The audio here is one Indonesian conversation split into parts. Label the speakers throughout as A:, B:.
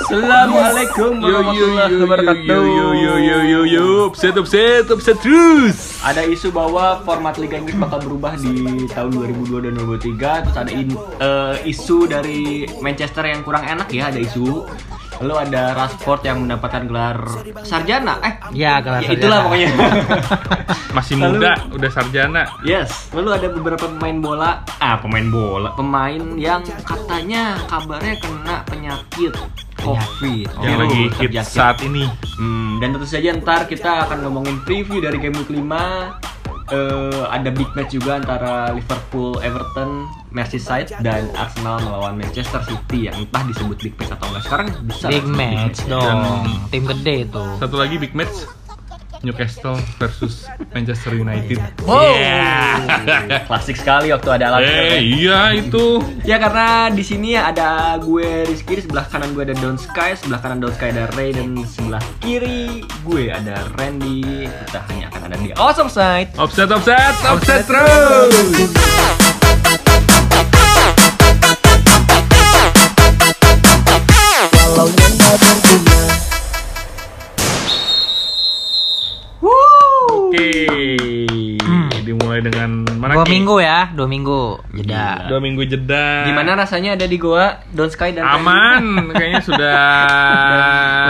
A: Assalamualaikum warahmatullahi wabarakatuh.
B: yo yo upset upset upset terus.
A: Ada isu bahwa format Liga Inggris bakal berubah di tahun 2002 dan 2003. Terus ada in- eh, isu dari Manchester yang kurang enak ya, ada isu. Lalu ada Rashford yang mendapatkan gelar sarjana. Eh,
C: Ya, gelar
A: ya itulah
C: sarjana.
A: pokoknya.
B: Masih
A: Lalu-
B: muda udah sarjana.
A: yes. Lalu ada beberapa pemain bola, ah pemain bola, pemain yang katanya kabarnya kena penyakit COVID.
B: Yang
A: Virus
B: lagi hit
A: kerja
B: saat ini.
A: Hmm, dan tentu saja ntar kita akan ngomongin preview dari game week 5 Eh, ada big match juga antara Liverpool, Everton, Merseyside dan Arsenal melawan Manchester City yang entah disebut big match atau enggak sekarang bisa
C: Big match dong. Tim gede itu.
B: Satu lagi big match Newcastle versus Manchester United.
C: Wow.
A: klasik sekali waktu ada alatnya
B: Eh iya itu.
A: ya karena di sini ada gue Rizky di sebelah kanan gue ada Don Sky sebelah kanan Don Sky ada Ray dan sebelah kiri gue ada Randy kita hanya akan ada di Oh, Awesome Side
B: Offset offset offset terus.
A: Woo!
B: Oke. Hmm. Dimulai dengan mana?
C: Dua
B: Ki?
C: minggu ya, dua minggu jeda.
B: Dua minggu jeda.
A: Gimana rasanya ada di goa Don Sky dan Randy?
B: Nah. Aman, kayaknya sudah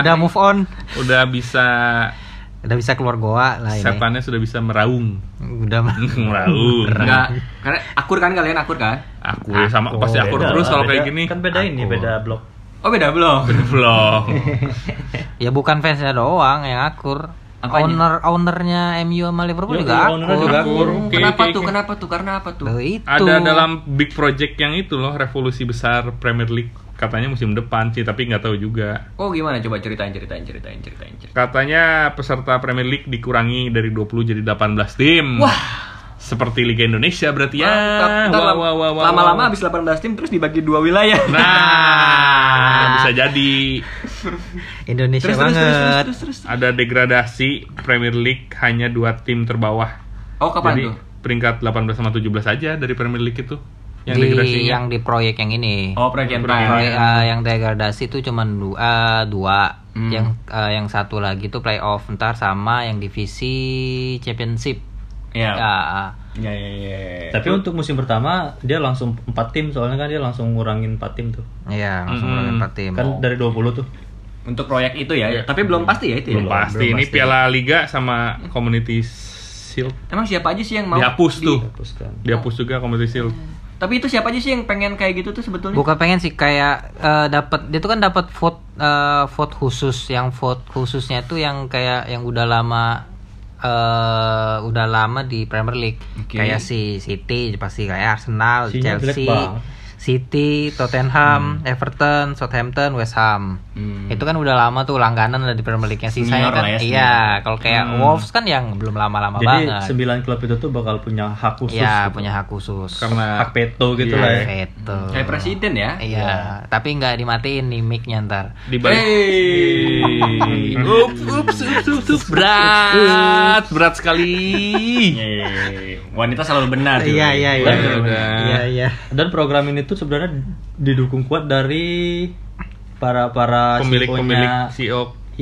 C: Udah move on,
B: udah bisa
C: udah bisa keluar goa lah Nah, ini.
B: setannya sudah bisa meraung.
C: Udah mah.
B: Hmm. meraung.
A: Enggak, karena akur kan kalian akur kan?
B: Aku ya sama pasti aku
D: Beda
B: terus
D: lah,
B: kalau
D: beda.
B: kayak gini.
D: kan beda ini
B: Aku.
D: beda blok
A: Oh beda belum?
B: Belum.
C: Ya bukan fansnya doang yang akur.
A: Apanya? iya,
C: Owner ownernya MU sama Liverpool
D: Yo,
C: juga
D: yo,
C: akur.
D: ownernya juga
B: akur. Oke,
A: Oh, kenapa
B: oke,
A: tuh?
B: oke.
A: Kenapa tuh? Karena apa tuh?
C: Loh, itu.
B: Ada dalam big project yang itu loh revolusi besar Premier League katanya musim depan sih tapi nggak tahu juga.
A: Oh gimana? Coba ceritain, ceritain, ceritain, ceritain, ceritain.
B: Katanya peserta Premier League dikurangi dari 20 jadi 18 tim. Wah. Seperti Liga Indonesia berarti ya.
A: Mantap. Ntar
B: Wah,
A: lam-
B: wah, wah, wah,
A: Lama-lama
B: wah.
A: habis 18 tim terus dibagi dua wilayah.
B: Iya, Nah, bisa jadi
C: Indonesia
A: terus, terus,
C: banget.
A: terus, terus, terus, terus.
B: ada degradasi Premier League hanya dua tim terbawah.
A: Oh kapan
B: Jadi
A: tuh?
B: peringkat 18 sama 17 aja dari Premier League itu yang
C: di
B: degradasinya.
C: yang di proyek yang ini.
A: Oh proyek yang
B: Proyek
A: terakhir.
C: Proyek, eh, iya. yang degradasi itu cuman dua, eh, dua.
A: Hmm.
C: yang eh, yang satu lagi tuh playoff ntar sama yang divisi championship.
A: Iya.
C: Ya, eh.
A: Ya, ya, ya. ya.
D: tapi untuk musim pertama dia langsung 4 tim soalnya kan dia langsung ngurangin 4 tim tuh
C: Iya, langsung
B: Mm-mm.
C: ngurangin empat tim.
D: kan dari 20 tuh
A: Untuk proyek itu ya, tapi belum pasti ya itu ya.
B: Iya. belum pasti
D: belum
B: ini
D: pasti.
B: Piala Liga sama Community Shield
A: Emang siapa aja sih yang mau?
B: dihapus
A: di-
B: tuh.
D: terus kan
B: Dihapus juga Community Shield.
A: Tapi itu siapa aja sih yang pengen kayak gitu tuh sebetulnya?
C: Bukan pengen sih kayak eh, dapat dia tuh kan dapat vote eh, vote khusus yang vote khususnya tuh yang kayak yang udah lama eh udah lama di Premier League
A: Oke.
C: kayak si City pasti kayak Arsenal,
D: Sinya jelek
C: Chelsea,
D: banget.
C: City, Tottenham, Everton, Southampton, West Ham.
A: Hmm.
C: Itu kan udah lama tuh langganan lah di Premier League-nya sisanya
A: Senior
C: kan.
A: lah ya, senior.
C: iya, kalau kayak Wolves kan yang belum lama-lama
D: jadi
C: banget.
D: 9 klub itu tuh bakal punya hak khusus
C: Iya,
D: gitu.
C: punya hak khusus.
B: Karena
D: hak veto gitu
B: Iya.
D: lah ya
C: Veto.
A: Kayak presiden ya.
C: Iya, tapi nggak dimatiin nih mic-nya ntar.
B: di balik
A: Hey.
B: Ups, ups, ups, ups, ups, berat, berat sekali.
A: Wanita selalu benar.
C: Iya, iya, iya.
B: Bener, bener.
C: Iya, iya.
D: dan program ini tuh sebenarnya didukung kuat dari para para
B: Pemilik-pemilik
D: CEO-nya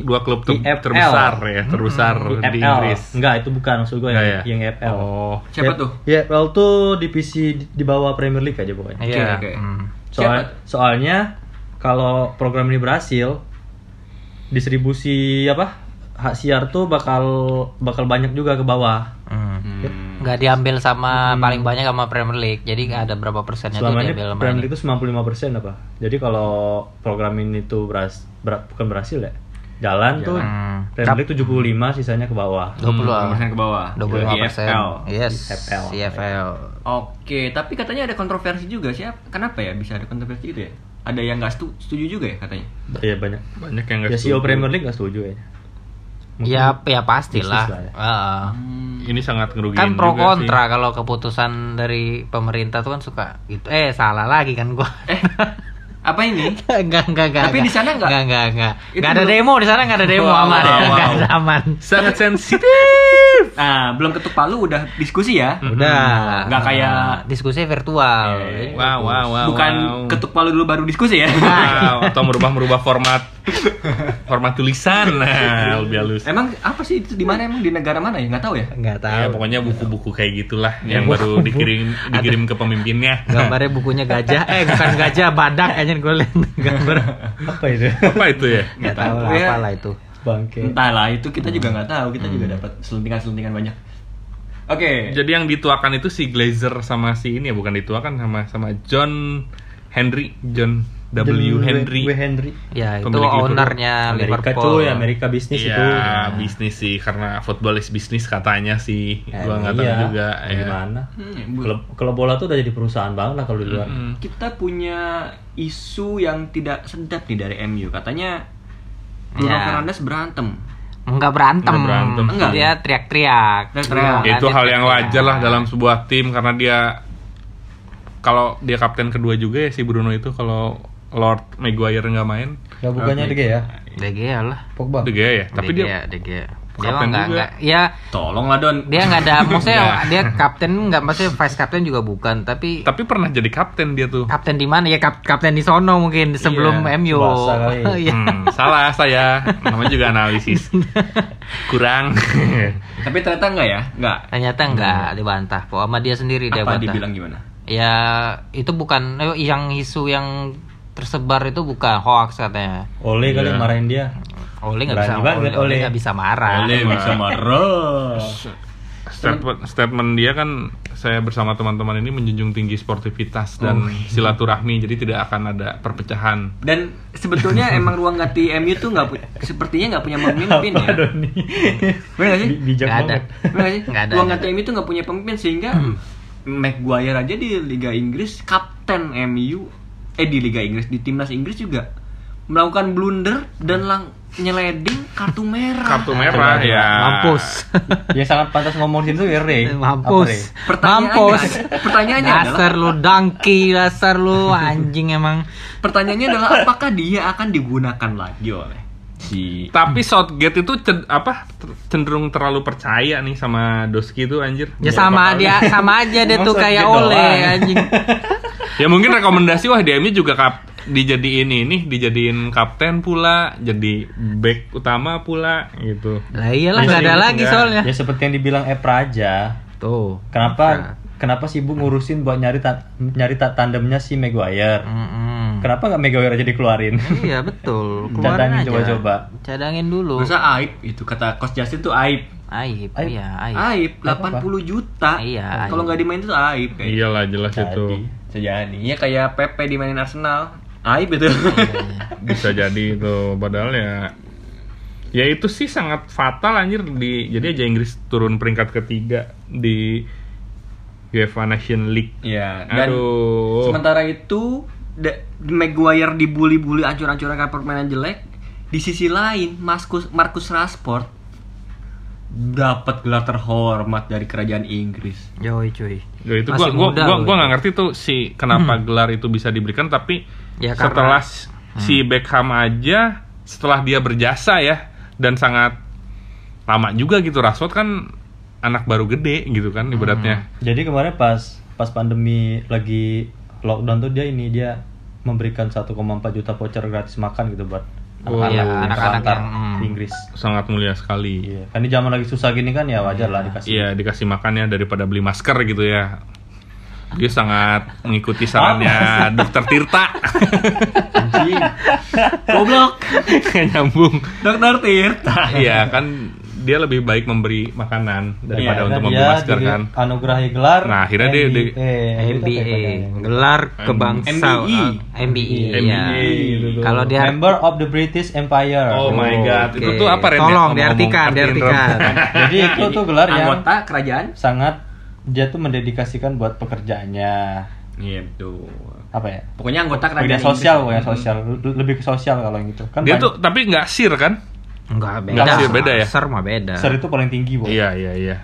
B: CEO dua klub ter-
D: IFL.
B: terbesar ya,
D: Hmm.
B: terbesar di
D: IFL
B: Inggris.
D: enggak itu bukan maksud gue yang,
B: Enggak ya?
D: Iya, yang IFL
B: Oh.
A: Siapa tuh?
D: IFL Ya, tuh divisi di- di bawah Premier League aja pokoknya
C: Iya.
A: oke.
C: hmm.
D: Soal, soalnya kalau program ini berhasil distribusi apa hak siar tuh bakal bakal banyak juga ke bawah.
C: Hmm. Nggak diambil sama paling banyak sama Premier League. Jadi ada berapa persennya tuh
D: Hmm. Selama ini
C: diambil sama
D: Premier League itu 95% apa? Jadi kalau program ini tuh beras, ber- bukan berhasil ya. Jalan, tuh
C: Hmm.
D: Premier League 75 sisanya ke bawah.
C: 20 ah.
A: Hmm, persen ke bawah.
D: Iya,
C: 25 persen.
A: IFL.
C: Yes.
D: IFL.
C: IFL.
A: Oke, tapi katanya ada kontroversi juga siap. Kenapa ya bisa ada kontroversi gitu ya? Ada yang nggak setu- setuju juga ya katanya.
D: Iya banyak.
B: Banyak yang
D: Ya
B: enggak
D: CEO Premier League gak setuju ya.
C: Ya, ya pastilah.
D: Iya. Bisnis lah ya.
C: Heeh.
B: Ini sangat ngerugiin
C: ah. Kan pro
B: juga
C: kontra kalau keputusan dari pemerintah tuh kan suka gitu. Eh, salah lagi kan gua.
A: Eh, apa ini?
C: enggak, enggak, enggak.
A: Tapi di sana enggak?
C: Enggak, enggak, enggak.
A: Itu
C: Enggak ada
A: belum-
C: demo di sana, enggak ada demo
A: Wow,
C: aman.
A: wow,
C: Enggak ada
A: wow.
C: aman.
B: sih. Sangat sensitif.
A: Nah, belum ketuk palu udah diskusi ya.
C: Udah. Nah.
A: Nggak kayak-
C: diskusi virtual.
A: Eh,
B: Wow, wow, wow.
A: Bukan
B: wow.
A: ketuk palu dulu baru diskusi ya.
B: Wow, Nah, atau merubah-merubah format format tulisan nah lebih halus.
A: Emang apa sih itu di mana emang di negara mana ya? Nggak tahu ya.
C: Nggak tahu.
B: Ya, pokoknya buku-buku kayak gitulah yang baru dikirim dikirim ke pemimpinnya.
C: Gambarnya bukunya gajah. Eh bukan gajah, badak aja gue liat gambar.
D: apa itu
B: Apa itu ya?
C: Nggak tahu lah
A: Ya.
C: apalah itu.
D: bangke
A: Entahlah, itu kita juga nggak tahu. Kita juga dapat selentingan-selentingan banyak. Oke.
B: Jadi yang dituakan itu si Glazer sama si ini ya, bukan dituakan sama sama John Henry, John W Henry.
D: W Henry
C: Ya itu
B: Pemilik Liverpool.
C: ownernya
D: Amerika
C: Liverpool.
D: cuy Amerika bisnis itu
B: Ah, Iya, bisnis sih karena football is bisnis katanya sih. Gua nggak tahu
D: Iya.
B: juga. ya.
D: gimana
A: Hmm, Bu-
D: klub klub bola tuh udah jadi perusahaan banget lah kalau di luar
B: Mm.
A: kita punya isu yang tidak sedap nih dari MU. Katanya Bruno
C: Ya.
A: Fernandes berantem.
C: Enggak berantem.
B: Nggak berantem.
A: Enggak.
C: Dia teriak-teriak.
A: Teriak-teriak.
B: Ya, itu
C: Dia
B: hal yang
C: teriak-teriak.
B: wajar lah dalam sebuah tim karena dia kalau dia kapten kedua juga ya si Bruno itu kalau Lord Maguire nggak main
D: ya bukannya
A: Oke.
D: De Gea ya
C: De Gea lah.
D: Pogba
B: De Gea ya tapi
C: De
B: dia
C: Gea, De Gea. Dia
B: kapten
C: mah nggak
B: juga.
C: nggak. Ya
A: Tolonglah Don.
C: dia nggak ada maksudnya
B: Nggak.
C: dia kapten nggak maksudnya vice kapten juga bukan tapi
B: tapi pernah jadi kapten dia tuh
C: kapten di mana ya kap- kapten di sono mungkin sebelum
B: Iya,
C: MU
D: Subasa kali.
C: Iya.
B: Hmm, salah saya namanya juga analisis kurang
A: Tapi ternyata enggak ya? Enggak.
C: ternyata nggak dibantah kok sama dia sendiri dia
A: Apa
C: bantah
A: dibilang gimana?
C: ya itu bukan eh, yang isu yang tersebar itu bukan hoax katanya
D: Ole kali
B: Iya.
D: marahin dia
C: Oleh nggak bisa
D: Berani banget,
C: Ole- Ole
D: Ole.
C: nggak bisa marah
A: Oleh bisa marah.
B: statement statement dia kan saya bersama teman-teman ini menjunjung tinggi sportivitas dan
C: Oh.
B: silaturahmi jadi tidak akan ada perpecahan
A: Dan sebetulnya emang ruang ganti MU tuh nggak pu- sepertinya nggak punya pemimpin ya.
D: Doni
A: Bener nggak sih?
D: Bi- bijak
C: Nggak ada.
D: banget
A: Bener nggak sih?
C: Nggak ada,
A: Ruang
C: nggak
A: ganti MU tuh nggak punya pemimpin sehingga
B: Hmm.
A: Maguire aja di Liga Inggris kapten MU eh di Liga Inggris di timnas Inggris juga melakukan blunder dan lang nyeleding kartu merah.
B: kartu merah ya
C: Iya, mampus
D: yang Ya, sangat pantas ngomong di situ ya Ray Apa, Ray?
C: mampus
A: Pertanyaannya-
C: mampus
A: pertanyaannya
C: dasar lu dangki dasar lu anjing emang
A: Pertanyaannya adalah apakah dia akan digunakan lagi oleh si
B: Tapi Southgate itu cen- apa ter- cenderung terlalu percaya nih sama Doski itu anjir. Beberapa
C: ya sama
B: kali.
C: dia sama aja dia tuh
D: Masa
C: kayak
B: gitu
D: dia
C: Ole
D: doang?
C: anjing
B: Ya mungkin rekomendasi wah DMI juga kap dijadiin ini, dijadiin kapten pula, jadi back utama pula gitu.
C: lah iyalah
D: Ya,
C: nggak ada
D: serius,
C: lagi
B: nggak.
C: soalnya
D: ya seperti yang dibilang Epra aja
C: tuh
D: kenapa kenapa si ibu ngurusin buat nyari ta- nyari ta- tandemnya si Maguire
C: Mm-mm.
D: kenapa nggak Maguire aja dikeluarin
C: iya betul
D: Cadangin
C: keluarin aja
D: coba-coba.
C: cadangin dulu
A: Masa aib itu kata Coach Justin tuh aib.
C: aib
D: Aib.
C: iya
A: Aib,
C: aib
A: 80 juta.
C: Iya, aib.
A: Kalau nggak dimain itu aib. kayak
B: Iyalah jelas itu.
A: Sejadi. Iya kayak Pepe dimainin Arsenal. Aib itu.
B: Bisa jadi itu padahal ya ya itu sih sangat fatal anjir di jadi aja Inggris turun peringkat ketiga di UEFA Nation League.
A: Iya. Dan
B: Aduh.
A: sementara itu Da- Maguire dibully-bully ancur-ancuran karena permainan jelek. Di sisi lain, Marcus Marcus Rashford dapat gelar terhormat dari kerajaan Inggris.
C: Yoi cuy
B: Ya itu gua
C: Masih
B: gua
C: muda
B: gua,
C: loh
B: gua
C: itu.
B: nggak ngerti tuh si kenapa gelar itu bisa diberikan tapi
C: Ya,
B: setelah
C: karena-
B: s- si Beckham aja setelah dia berjasa ya dan sangat lama juga gitu Rashford kan anak baru gede gitu kan ibaratnya.
D: Jadi kemarin pas pas pandemi lagi lockdown tuh dia ini dia memberikan 1,4 juta voucher gratis makan gitu buat
B: Oh,
D: anak-anak
B: iya,
D: yang
C: anak-anak
D: terlantar
C: yang, hmm.
D: di Inggris.
B: sangat mulia sekali.
D: Iya, kan di zaman lagi susah gini kan ya wajar lah
B: Iya,
D: dikasih.
B: dikasih makannya daripada beli masker gitu ya. Dia sangat mengikuti sarannya Dokter Tirta.
D: Iya,
A: Anjing. Goblok.
B: Nggak nyambung.
A: Dokter Tirta.
B: Iya, kan dia lebih baik memberi makanan daripada
D: Iya,
B: untuk
D: kan
B: membeli
D: dia
B: masker
D: diberi
B: kan.
D: Anugerahi gelar.
B: Nah, akhirnya dia- dia-
D: Gitu MBA.
C: MBA gelar kebangsaan MBE ya
B: MBE, gitu tuh.
C: kalau dia
D: Iya. Member of the British Empire.
B: Oh my god,
C: Oke.
B: itu tuh apa Ren?
C: Tolong
B: Ngomong-
C: diartikan,
B: ngomong- artiin,
C: diartikan.
B: Ren.
D: Jadi itu tuh gelar yang
A: anggota kerajaan.
D: sangat dia tuh mendedikasikan buat pekerjaannya.
A: Iya betul.
D: Apa ya?
A: Pokoknya anggota kerajaan
D: Media
A: Inggris.
D: sosial pokoknya sosial Le- lebih ke sosial kalau yang itu kan
B: Dia
D: banyak-
B: tuh tapi nggak sir kan?
C: enggak beda
B: Enggak sih, beda ya?
C: Ser mah beda
D: ser itu paling tinggi bu
B: Iya iya iya.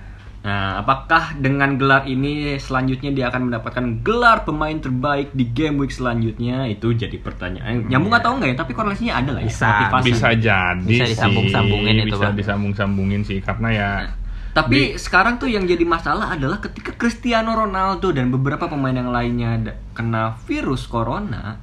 A: Nah, apakah dengan gelar ini selanjutnya dia akan mendapatkan gelar pemain terbaik di game week selanjutnya? Itu jadi pertanyaan. Nyambung atau enggak ya? Tapi korelasinya ada lah ya.
C: Bisa,
A: Motivasi.
B: Bisa jadi
C: Bisa disambung-sambungin
B: sih,
C: itu,
B: bisa
C: Bang.
A: Nah,
B: disambung-sambungin sih karena ya
A: Tapi sekarang tuh yang jadi masalah adalah ketika Cristiano Ronaldo dan beberapa pemain yang lainnya ada- kena virus corona,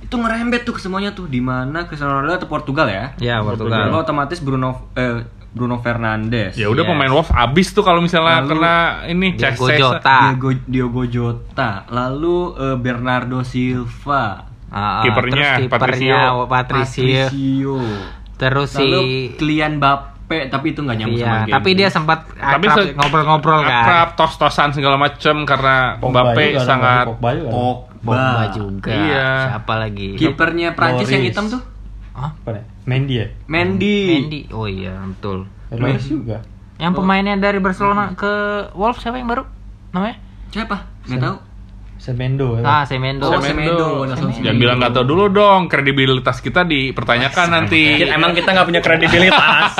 A: itu ngerembet tuh ke semuanya tuh di mana Cristiano Ronaldo atau Portugal ya.
C: Ya
A: Lalu
C: Portugal. Iya.
A: otomatis Bruno eh, Bruno Fernandes.
B: Ya udah
C: Yes.
B: pemain Wolf abis tuh kalau misalnya
A: Lalu,
B: kena ini
C: Diego
B: Cesc-
C: Jota.
A: Diego, Diogo Jota, lalu eh, Bernardo Silva,
C: Ah, ah,
B: Kipernya,
C: terus kipernya
B: Patricio.
C: Patricio.
A: Patricio,
C: Terus si
A: lalu Kylian Mbappe, tapi itu nggak nyambung
C: Iya,
A: sama game.
C: tapi dia sempat
B: Tapi
C: akrab,
B: se-
C: ngobrol-ngobrol
B: akrab,
C: kan.
B: tos-tosan segala macem karena
D: Pogba
B: Mbappe
D: juga ada,
B: sangat Oh,
D: Pogba juga ada.
C: Pogba
A: Pogba
C: juga.
B: Iya.
C: Siapa lagi?
A: Kipernya Prancis yang hitam tuh
C: Hah?
D: Apa nih? Mendy ya?
A: Mendy.
C: Mendy. Oh iya, betul.
D: Hernandez
B: Oh.
D: juga.
C: Yang pemainnya dari Barcelona ke Wolves siapa yang baru? Namanya?
A: Siapa? Nggak tahu.
D: Semendo ya.
C: Ah, Semendo.
A: Oh, Semendo. Nelson
C: Semendo.
B: Jangan bilang nggak tahu dulu dong, kredibilitas kita dipertanyakan nanti.
D: Emang kita nggak punya kredibilitas.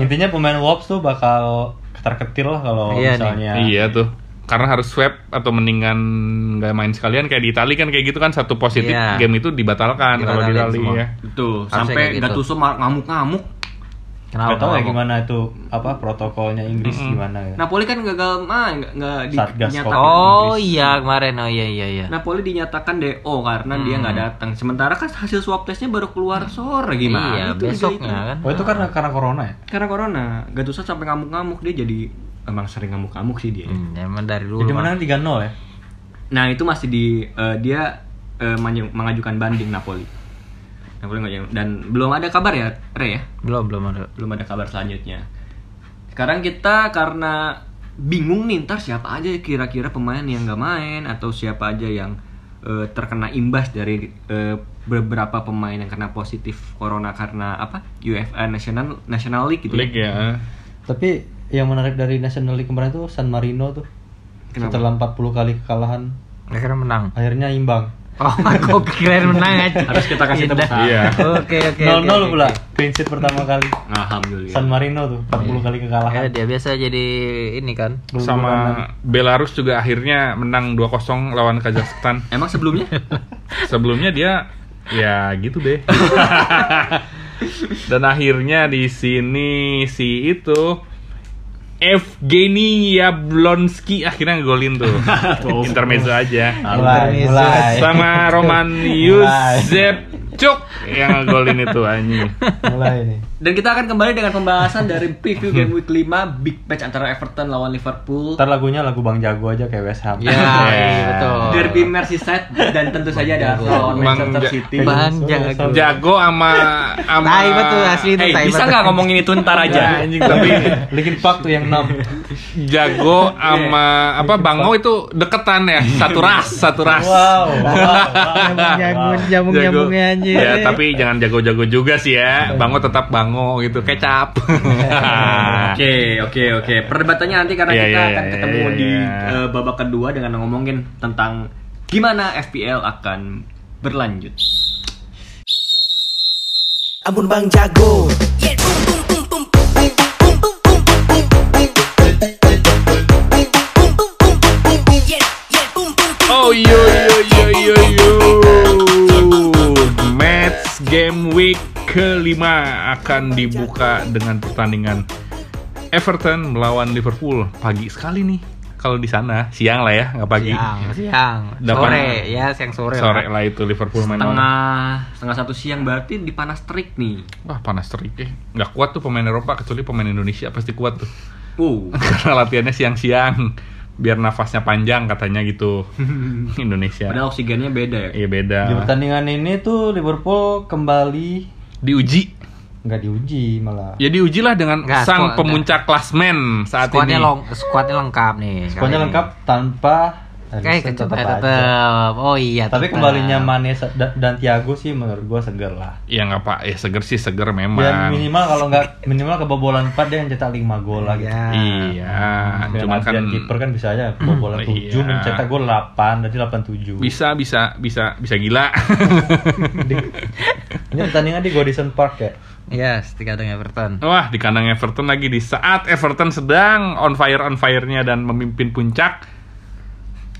D: Intinya pemain Wolves tuh bakal ketar-ketir lah kalau
C: Iya nih.
D: misalnya.
B: Iya tuh. Karena harus swab atau mendingan nggak main sekalian kayak di Itali kan kayak gitu kan satu positif
C: Iya.
B: game itu dibatalkan kalau di
C: Dibatalin
B: Itali
C: semua.
B: ya.
A: Betul.
C: Harusnya kayak
A: Sampai
C: gitu.
A: Gattuso ma- ngamuk-ngamuk.
C: Kenapa?
D: Gak tahu ya
C: kenapa?
D: gimana itu apa protokolnya Inggris gimana ya.
A: Napoli kan gagal main, nggak nggak di-
D: Satgas
A: dinyatakan.
D: Covid.
C: Oh iya kemarin. Oh iya iya iya.
A: Napoli dinyatakan DO karena dia nggak
C: Hmm.
A: datang. Sementara kan hasil swab testnya baru keluar sore
C: iya,
A: gimana? Itu bisa
C: besoknya
A: itu.
C: kan.
D: Oh itu karena karena corona ya?
A: Karena corona, Gattuso sampai ngamuk-ngamuk dia jadi emang sering ngamuk-ngamuk sih dia.
B: Iya.
C: Hmm, emang dari dulu.
D: Jadi
C: Bang.
D: menang 3-0 ya.
A: Nah itu masih di eh, dia eh, menyu- mengajukan banding Napoli. Napoli nggak- dan belum ada kabar ya, Re ya?
C: Belum belum ada.
A: belum ada kabar selanjutnya. Sekarang kita karena bingung nih ntar siapa aja kira-kira pemain yang nggak main atau siapa aja yang eh, terkena imbas dari eh, beberapa pemain yang kena positif corona karena apa UFA National National League gitu. ya.
B: League ya.
D: Tapi yang menarik dari National League kemarin tuh San Marino tuh.
A: Kenapa?
D: Setelah 40 kali kekalahan
C: Akhirnya menang.
D: akhirnya imbang.
C: Oh, aku kirain menang aja.
A: Harus kita kasih tepuk
C: Ah.
A: tangan.
B: Iya.
C: Oke oke.
D: 0-0
C: oke, oke.
D: pula. Clean sheet pertama kali.
B: Iya.
A: Alhamdulillah.
D: San Marino tuh 40 kali
C: Ya,
D: kekalahan.
C: dia biasa jadi ini kan.
B: Sama Belarus juga akhirnya menang 2-0 lawan Kazakhstan.
A: Emang sebelumnya?
B: Sebelumnya dia ya gitu deh. Dan akhirnya di sini si itu Evgeny Yablonski akhirnya ngegolin tuh.
C: Oh,
B: Intermezzo aja.
D: Mulai,
C: Intermezzo.
D: mulai.
B: Sama Roman Yusepchuk yang ngegolin itu anjing.
D: mulai nih.
A: Dan kita akan kembali dengan pembahasan dari preview game week 5 big match antara Everton lawan Liverpool.
D: Ntar lagunya lagu Bang Jago aja kayak West Ham.
C: Ya, iya, betul.
A: Derby Merseyside dan tentu saja ada Arsenal lawan
B: Bang
A: Manchester
B: Ja-
A: City.
C: Bahan
D: Sorry,
C: jago.
D: sorry.
B: Jago sama sama
C: Tai betul asli itu
A: Eh,
C: tai
A: bisa
C: betul.
A: nggak ngomongin itu ntar
B: Ya,
A: aja?
B: anjing tapi
D: Linkin Park tuh yang 6.
B: jago
C: Iya.
B: sama apa Bango itu deketan ya, satu ras, satu ras.
D: Wow. wow,
C: Jago,
D: wow.
C: jamu
B: Jago.
C: nyambungnya anjir.
B: Ya, tapi jangan jago-jago juga sih ya. Bango tetap bango gitu, kecap.
A: Oke, oke, oke. Perdebatannya nanti karena
B: Iya,
A: kita
B: iya,
A: akan
B: iya,
A: ketemu
B: iya,
A: di
B: iya.
A: eh, babak kedua dengan ngomongin tentang gimana FPL akan berlanjut.
E: Ampun bang jago
B: Oh yo yo yo yo yo. Match game week kelima akan dibuka dengan pertandingan Everton melawan Liverpool pagi sekali nih. Kalau di sana siang lah ya, nggak pagi.
C: Siang, siang,
B: Delapan-
C: sore, ya siang sore. lah.
B: Sore lah itu Liverpool main lawan-
A: Tengah setengah satu siang berarti dipanas terik nih.
B: Wah panas terik ya. Nggak kuat tuh pemain Eropa kecuali pemain Indonesia pasti kuat tuh. Uh.
A: Wow.
B: Karena latihannya siang-siang biar nafasnya panjang katanya gitu. Indonesia.
A: Padahal oksigennya beda ya.
B: Iya beda.
D: Di pertandingan ini tuh Liverpool kembali
B: Diuji.
D: nggak diuji malah.
B: Ya diujilah dengan
C: Nggak,
B: sang
C: squad-
B: pemuncak klasmen saat
C: Skuadnya
B: ini.
C: long, skuadnya lengkap nih.
D: Skornya
C: kali
D: lengkap
C: ini.
D: tanpa
C: Kayak
D: Alisson
C: tetap,
D: tetap
C: eh,
D: aja.
C: tetap. Oh iya.
D: Tapi
C: tetap.
D: kembalinya Mane sa- da- dan Thiago sih menurut gua seger lah.
B: Ya nggak pak, ya seger sih seger
D: Dan
B: memang.
D: minimal kalau nggak minimal kebobolan 4 dia yang cetak 5 gol lah gitu.
C: Ya.
B: Iya, cuman kan
D: Dan Nah, kiper kan bisa aja kebobolan
B: Iya.
D: 7 mencetak gol 8 jadi 87.
B: bisa bisa bisa bisa gila.
D: Ini pertandingan di Godison Park ya.
C: Yes, tiga dengan Everton.
B: Wah, di kandang Everton lagi di saat Everton sedang on fire on fire-nya dan memimpin puncak.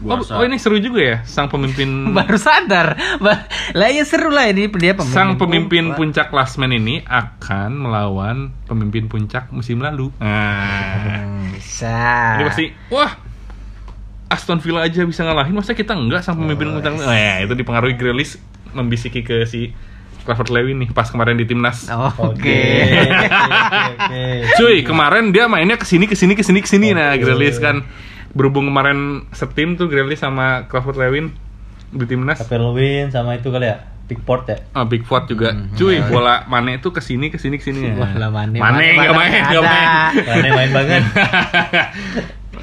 B: Oh,
A: Barca.
B: oh, ini seru juga ya, sang pemimpin
C: baru sadar Ba- lah ya seru lah ini dia pemimpin
B: sang pemimpin
C: pun
B: puncak klasmen ini akan melawan pemimpin puncak musim lalu. Nah,
C: Hmm, bisa
B: ini pasti wah Aston Villa aja bisa ngalahin, masa kita enggak sang pemimpin puncak? Nah, ya, itu dipengaruhi Grealish membisiki ke si Crawford Lewin nih pas kemarin di timnas.
C: oke
D: oke, oke.
B: Cuy, kemarin dia mainnya kesini kesini kesini kesini nah Grealish kan berhubung kemarin setim tuh Grealish sama Crawford Lewin di timnas.
D: Caperlowin sama itu kali ya, Pickport ya.
B: Ah, Big Four juga. Cuy, bola Mane itu kesini kesini kesini. Nah.
C: Wah, lah Hmm, ya. Mane.
B: Mane
C: Mane
B: nggak main,
C: nggak
B: nggak
C: ada.
B: main.
D: Mane main banget.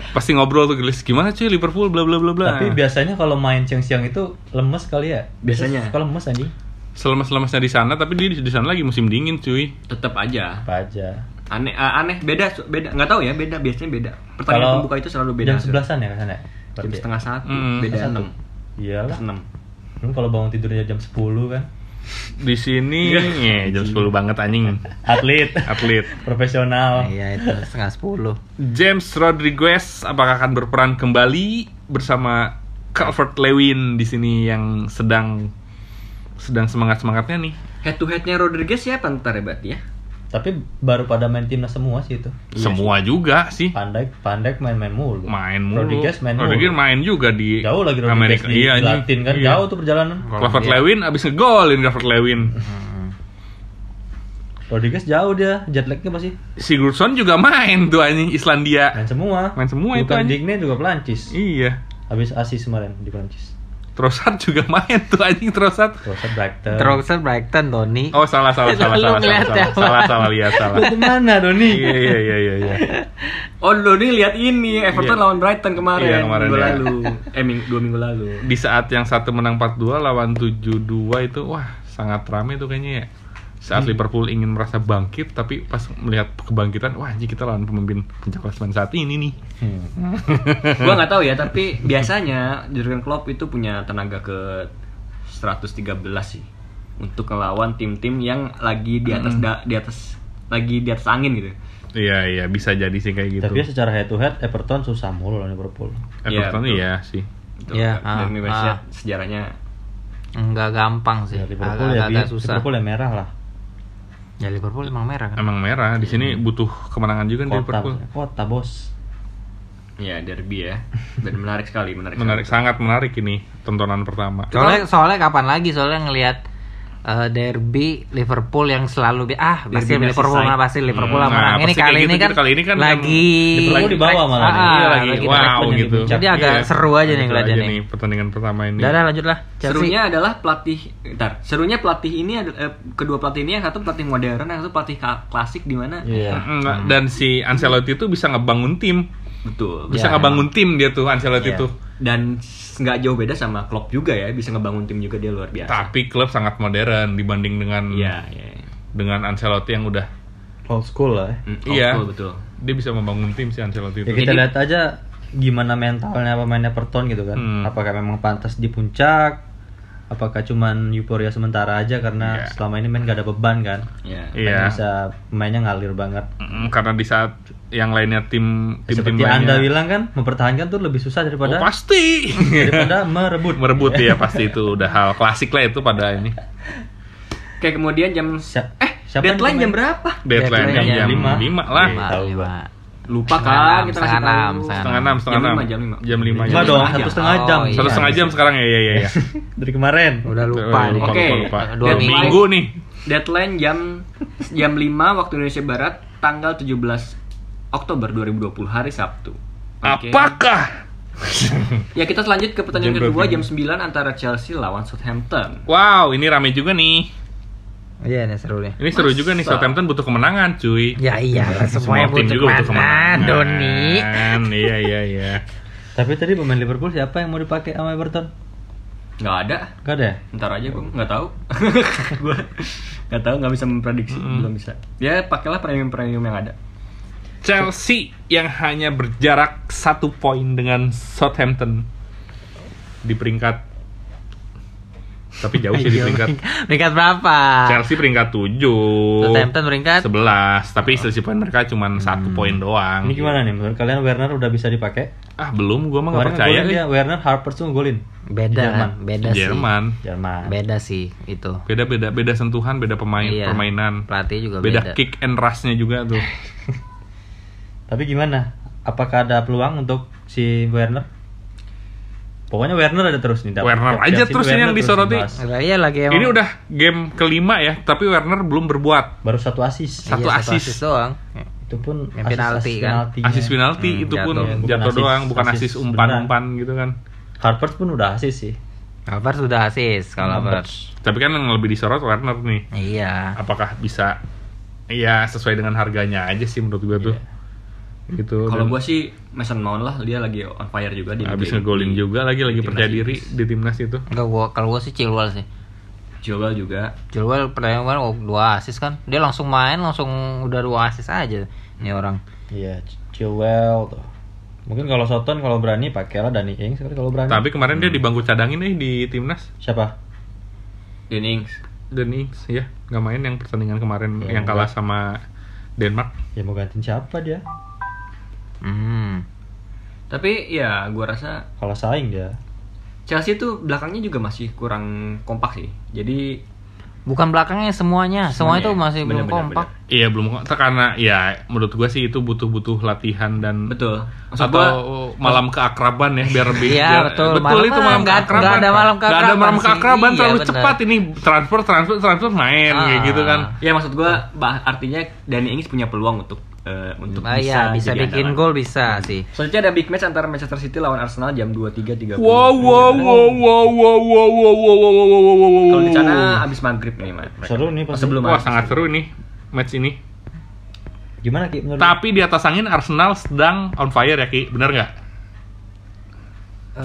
B: Pasti ngobrol tuh Grealish gimana cuy Liverpool bla bla bla bla.
D: Tapi biasanya kalau main siang-siang itu lemes kali ya.
A: Biasanya.
D: Kalau lemes anjing.
B: Selemas-lemasnya di sana tapi dia di di sana lagi musim dingin cuy.
A: tetap aja
D: Apa aja.
A: aneh eh, aneh beda beda nggak tahu ya beda biasanya beda pertandingan
D: Kalau
A: pembuka itu selalu beda
D: Jam sebelasan ya kesana.
A: jam setengah satu
B: Hmm.
A: beda
D: Satu.
A: enam
D: Iyalah.
A: enam
D: Lu kalau bangun tidurnya jam 10 kan.
B: Di sini
C: Iya.
B: ya, jam 10 banget anjing.
D: Atlet,
B: Atlet.
D: profesional.
C: iya itu setengah sepuluh
B: James Rodriguez apakah akan berperan kembali bersama Calvert Lewin di sini yang sedang sedang semangat semangatnya nih.
A: head to headnya Rodriguez siapa ntar ya berarti ya
D: Tapi baru pada main timnas semua Iya sih itu.
B: Semua juga sih.
D: Pandai, pandai main-main mulu.
B: main mulu.
D: Rodriguez main mulu.
B: Rodriguez main juga di
D: Jauh lagi
B: Amerika.
D: Rodriguez di
B: iya, anjing.
D: Latin kan
B: Iya.
D: jauh tuh Iya. perjalanan.
B: Crawford Lewin abis ngegolin Crawford Lewin.
D: Rodriguez jauh dia, jet lagnya masih.
B: Sigurdsson juga main tuh anjing Islandia.
D: Main semua.
B: Main semua itu
D: Bukan
B: anjing.
D: Digne juga Pelancis.
B: Iya.
D: Habis asis kemarin di Perancis.
B: Trossard juga main tuh anjing Trossard.
D: Trossard Brighton.
C: Troxel Brighton Doni
B: Oh salah salah salah salah
C: Lu
B: salah
C: ngeliat ya,
B: salah
C: apa?
B: salah salah lihat salah.
D: Lu kemana
B: Iya
D: Doni?
B: iya iya iya. iya.
A: oh lo nih lihat ini Everton
B: Iya.
A: lawan Brighton kemarin,
B: Iya, kemarin,
A: minggu
B: ya.
A: lalu eh ming- dua minggu lalu
B: Di saat yang satu menang 4-2 lawan 7-2 itu wah sangat rame tuh kayaknya ya. Saat Liverpool ingin merasa bangkit tapi pas melihat kebangkitan wah anjing kita lawan pemimpin puncak klasemen saat ini nih.
D: Hmm.
A: gua nggak tahu ya tapi biasanya Jurgen Klopp itu punya tenaga ke 113 sih untuk ngelawan tim-tim yang lagi di atas da- di atas lagi di atas angin gitu
B: Iya iya bisa jadi sih kayak gitu.
D: Tapi ya, secara head to head Everton susah mulu lawan Liverpool.
A: Iya,
B: Everton
A: betul.
B: iya sih.
A: Itu
C: Iya, ah,
A: dari Indonesia sejarahnya
C: nggak gampang sih
D: Ya, Liverpool ya,
C: agak-agak
D: bi-
C: susah
D: Liverpool ya merah lah.
C: ya Liverpool emang merah kan
B: Emang merah. Di sini butuh kemenangan juga nih
D: Kota,
B: Kan Liverpool.
D: kota bos.
A: ya derby ya dan menarik sekali menarik
B: Menarik
A: sekali.
B: sangat menarik ini tontonan pertama.
C: soalnya soalnya kapan lagi soalnya ngelihat eh, derby Liverpool yang selalu bi ah pasti
A: Derby
C: Liverpool
A: Merseyside.
C: mah pasti Liverpool lah
B: Hmm,
C: menang
B: nah,
C: ini
B: pasti kayak
C: kali
B: gitu,
C: ini kan
B: gitu. Kali ini kan
C: lagi
D: Liverpool di bawah malah nih.
C: Ah,
B: Iya lagi,
C: lagi
B: wow
D: trackman yang
B: gitu.
D: dipuncak.
C: Jadi agak seru aja nih ngeliatnya nih.
B: pertandingan pertama ini.
C: udah udah, lanjut lah Chelsea.
A: Serunya adalah pelatih, ntar. Serunya pelatih ini ada- eh, kedua pelatih ini yang satu pelatih modern, yang satu pelatih ka- klasik di mana?
D: Iya.
B: Mm, Dan si Ancelotti itu bisa ngebangun tim,
A: Betul.
B: bisa
C: Iya.
B: ngebangun tim dia tuh Ancelotti
D: Iya.
B: tuh.
A: Dan s- nggak jauh beda sama Klopp juga ya, bisa ngebangun tim juga dia luar biasa.
B: Tapi klub sangat modern dibanding dengan
A: Iya, iya. iya.
B: dengan Ancelotti yang udah
D: Old school lah. ya.
A: Mm,
B: Iya.
A: Betul, betul.
B: dia bisa membangun tim si Ancelotti
D: Ya
B: itu.
D: kita
A: Jadi-
D: lihat aja gimana mentalnya pemainnya Everton gitu kan.
B: Hmm.
D: Apakah memang pantas di puncak? Apakah cuman euforia sementara aja karena
B: Iya.
D: selama ini main gak ada beban kan?
A: Iya.
B: Iya.
D: Hanya bisa mainnya ngalir banget. Ya,
B: Mm, Karena di saat yang lainnya tim tim tim
D: Seperti Anda bilang kan, mempertahankan tuh lebih susah
B: Oh,
D: daripada
B: pasti.
D: daripada merebut.
B: merebut ya pasti itu udah hal klasik lah itu pada ini
A: Oke, kemudian jam
D: Siap-
A: eh
D: siapa
A: deadline
D: yang
A: jam berapa?
B: deadline
C: Deadline
B: jam
D: jam
B: 5
D: lima.
B: lah
C: Lima, Iya.
D: Tahu,
C: lima.
A: Lupa
C: Setengah
A: kan
C: enam,
A: kita
C: setengah
A: kasih
C: enam,
A: tahu.
C: setengah
B: setengah enam setengah
A: Jam
B: enam
A: lima, jam lima.
B: jam lima
D: Enggak
B: jam
D: dong,
A: lima
D: satu
A: jam.
D: setengah
C: Oh,
D: jam.
C: iya.
B: satu setengah jam sekarang ya ya ya, ya.
D: Dari kemarin.
C: udah lupa,
B: lupa,
A: Oke.
B: lupa, lupa.
C: Dua
B: Dua
A: minggu.
B: minggu nih
A: Deadline jam jam 5 waktu Indonesia Barat tanggal 17 Oktober 2020 hari Sabtu. Oke.
B: apakah
A: Ya kita lanjut ke pertandingan
B: Jam
A: kedua
B: berapa?
A: jam 9 antara Chelsea lawan Southampton.
B: wow ini rame juga nih
C: iya nih seru nih
B: ini seru juga nih
A: Masa?
B: Southampton butuh kemenangan cuy
C: ya iya semuanya
B: Nah, tim
C: butuh
B: juga Nah. butuh kemenangan
C: kemenangan Doni
B: iya iya iya
D: Tapi tadi pemain Liverpool siapa yang mau dipakai sama Everton?
A: Nggak ada.
D: Gak ada ya?
A: Ntar aja gue nggak tahu. gue nggak tahu nggak bisa memprediksi belum bisa. Ya pakailah premium premium yang ada.
B: Chelsea yang hanya berjarak satu poin dengan Southampton di peringkat tapi jauh
C: Iya.
B: sih di peringkat
C: peringkat berapa?
B: Chelsea peringkat 7
C: Southampton peringkat Hmm.
B: 11 tapi selisih poin mereka cuma satu poin doang
D: Ini gimana nih menurut kalian Werner udah bisa dipakai?
B: ah belum gua mah nggak
D: Kemarin
B: percaya
D: golin
B: eh.
D: dia, Werner Harper tuh golin.
C: beda
D: Jerman.
C: beda
B: Jerman
C: sih
D: Jerman.
C: beda sih itu
B: beda beda beda sentuhan beda pemain
C: Iya.
B: permainan
C: pelatih juga
B: beda,
C: beda,
B: kick and rushnya juga tuh
D: Tapi gimana? Apakah ada peluang untuk si Werner? Pokoknya Werner ada terus nih. dapat.
B: Werner
D: Tiap-
B: aja
D: tiap scene
B: terus ini yang
D: terus
B: disoroti.
D: dibahas.
C: Lah, iya lagi emang
B: ini udah game kelima ya tapi Werner belum berbuat
D: Baru satu asis.
B: Satu
C: Iya,
B: asis.
C: doang
D: itu pun
C: Yang penalti, kan?
D: penaltinya.
B: asis penalti
C: Hmm,
B: itu pun
C: jatuh.
B: jatuh,
D: Iya. Bukan asis-
B: doang bukan
D: asis
B: asis umpan-umpan gitu kan
D: Harper pun udah asis sih.
C: Havertz sudah asis kalau
D: Havertz.
C: Havertz
B: tapi kan yang lebih disorot Werner nih
C: iya
B: apakah bisa ya sesuai dengan harganya aja sih menurut gua tuh gitu
A: Kalau
B: Dan
A: gua sih Mason Mount lah, dia lagi on fire juga di
B: habis ngegolin juga lagi lagi
A: Timnas
B: percaya diri
A: Inggris.
B: di timnas itu
C: enggak gua kalau gua sih Chilwell sih
A: Joel juga.
C: Chilwell pertandingan kemarin oh, dua asis kan dia langsung main langsung udah dua asis aja ini orang
D: Iya, Chilwell tuh. Mungkin kalau Soton kalau berani pakailah Dani Ings sekali kalau berani.
B: tapi kemarin dia di bangku cadangin nih di timnas
D: Siapa?
A: Dan Ings.
B: dan Ings ya nggak main yang pertandingan kemarin
D: Ya,
B: yang kalah sama Denmark
D: Ya mau gantiin siapa dia?
C: hmm
A: Tapi ya gua rasa
D: Kalau saing dia.
A: Chelsea tuh belakangnya juga masih kurang kompak sih. Jadi
C: bukan belakangnya semuanya semua itu
A: Semuanya,
C: masih belum
A: benar-benar,
C: kompak
B: iya belum karena ya menurut gua sih itu butuh-butuh latihan dan
A: betul. Maksud
B: atau
A: gua
B: malam keakraban ya biar lebih
C: Iya,
B: biar-
C: betul.
B: betul
C: Malam-
B: itu malam
C: nggak-
B: keakraban
C: nggak ada malam
B: Nggak ada
C: keakraban
B: malam
C: sih.
B: keakraban,
C: Iya,
B: terlalu
C: benar.
B: cepat ini transfer transfer transfer main
C: Ah.
B: kayak gitu kan
A: ya maksud gua bah- artinya Dani Ings punya peluang untuk eh, untuk
C: Ah, iya, bisa,
A: jadi
C: bikin
A: andalan.
C: gol bisa sih
A: Selanjutnya ada big match antara Manchester City lawan Arsenal jam 23.30.
B: wow wow wow wow wow wow wow wow wow wow wow wow wow
A: Kalau di sana abis maghrib nih, Mas.
D: Seru nih pasti.
A: Sebelum
B: wah
A: maghrib.
B: sangat seru nih match ini
D: Gimana Ki menurut? lu?
B: tapi di atas angin Arsenal sedang on fire ya Ki benar nggak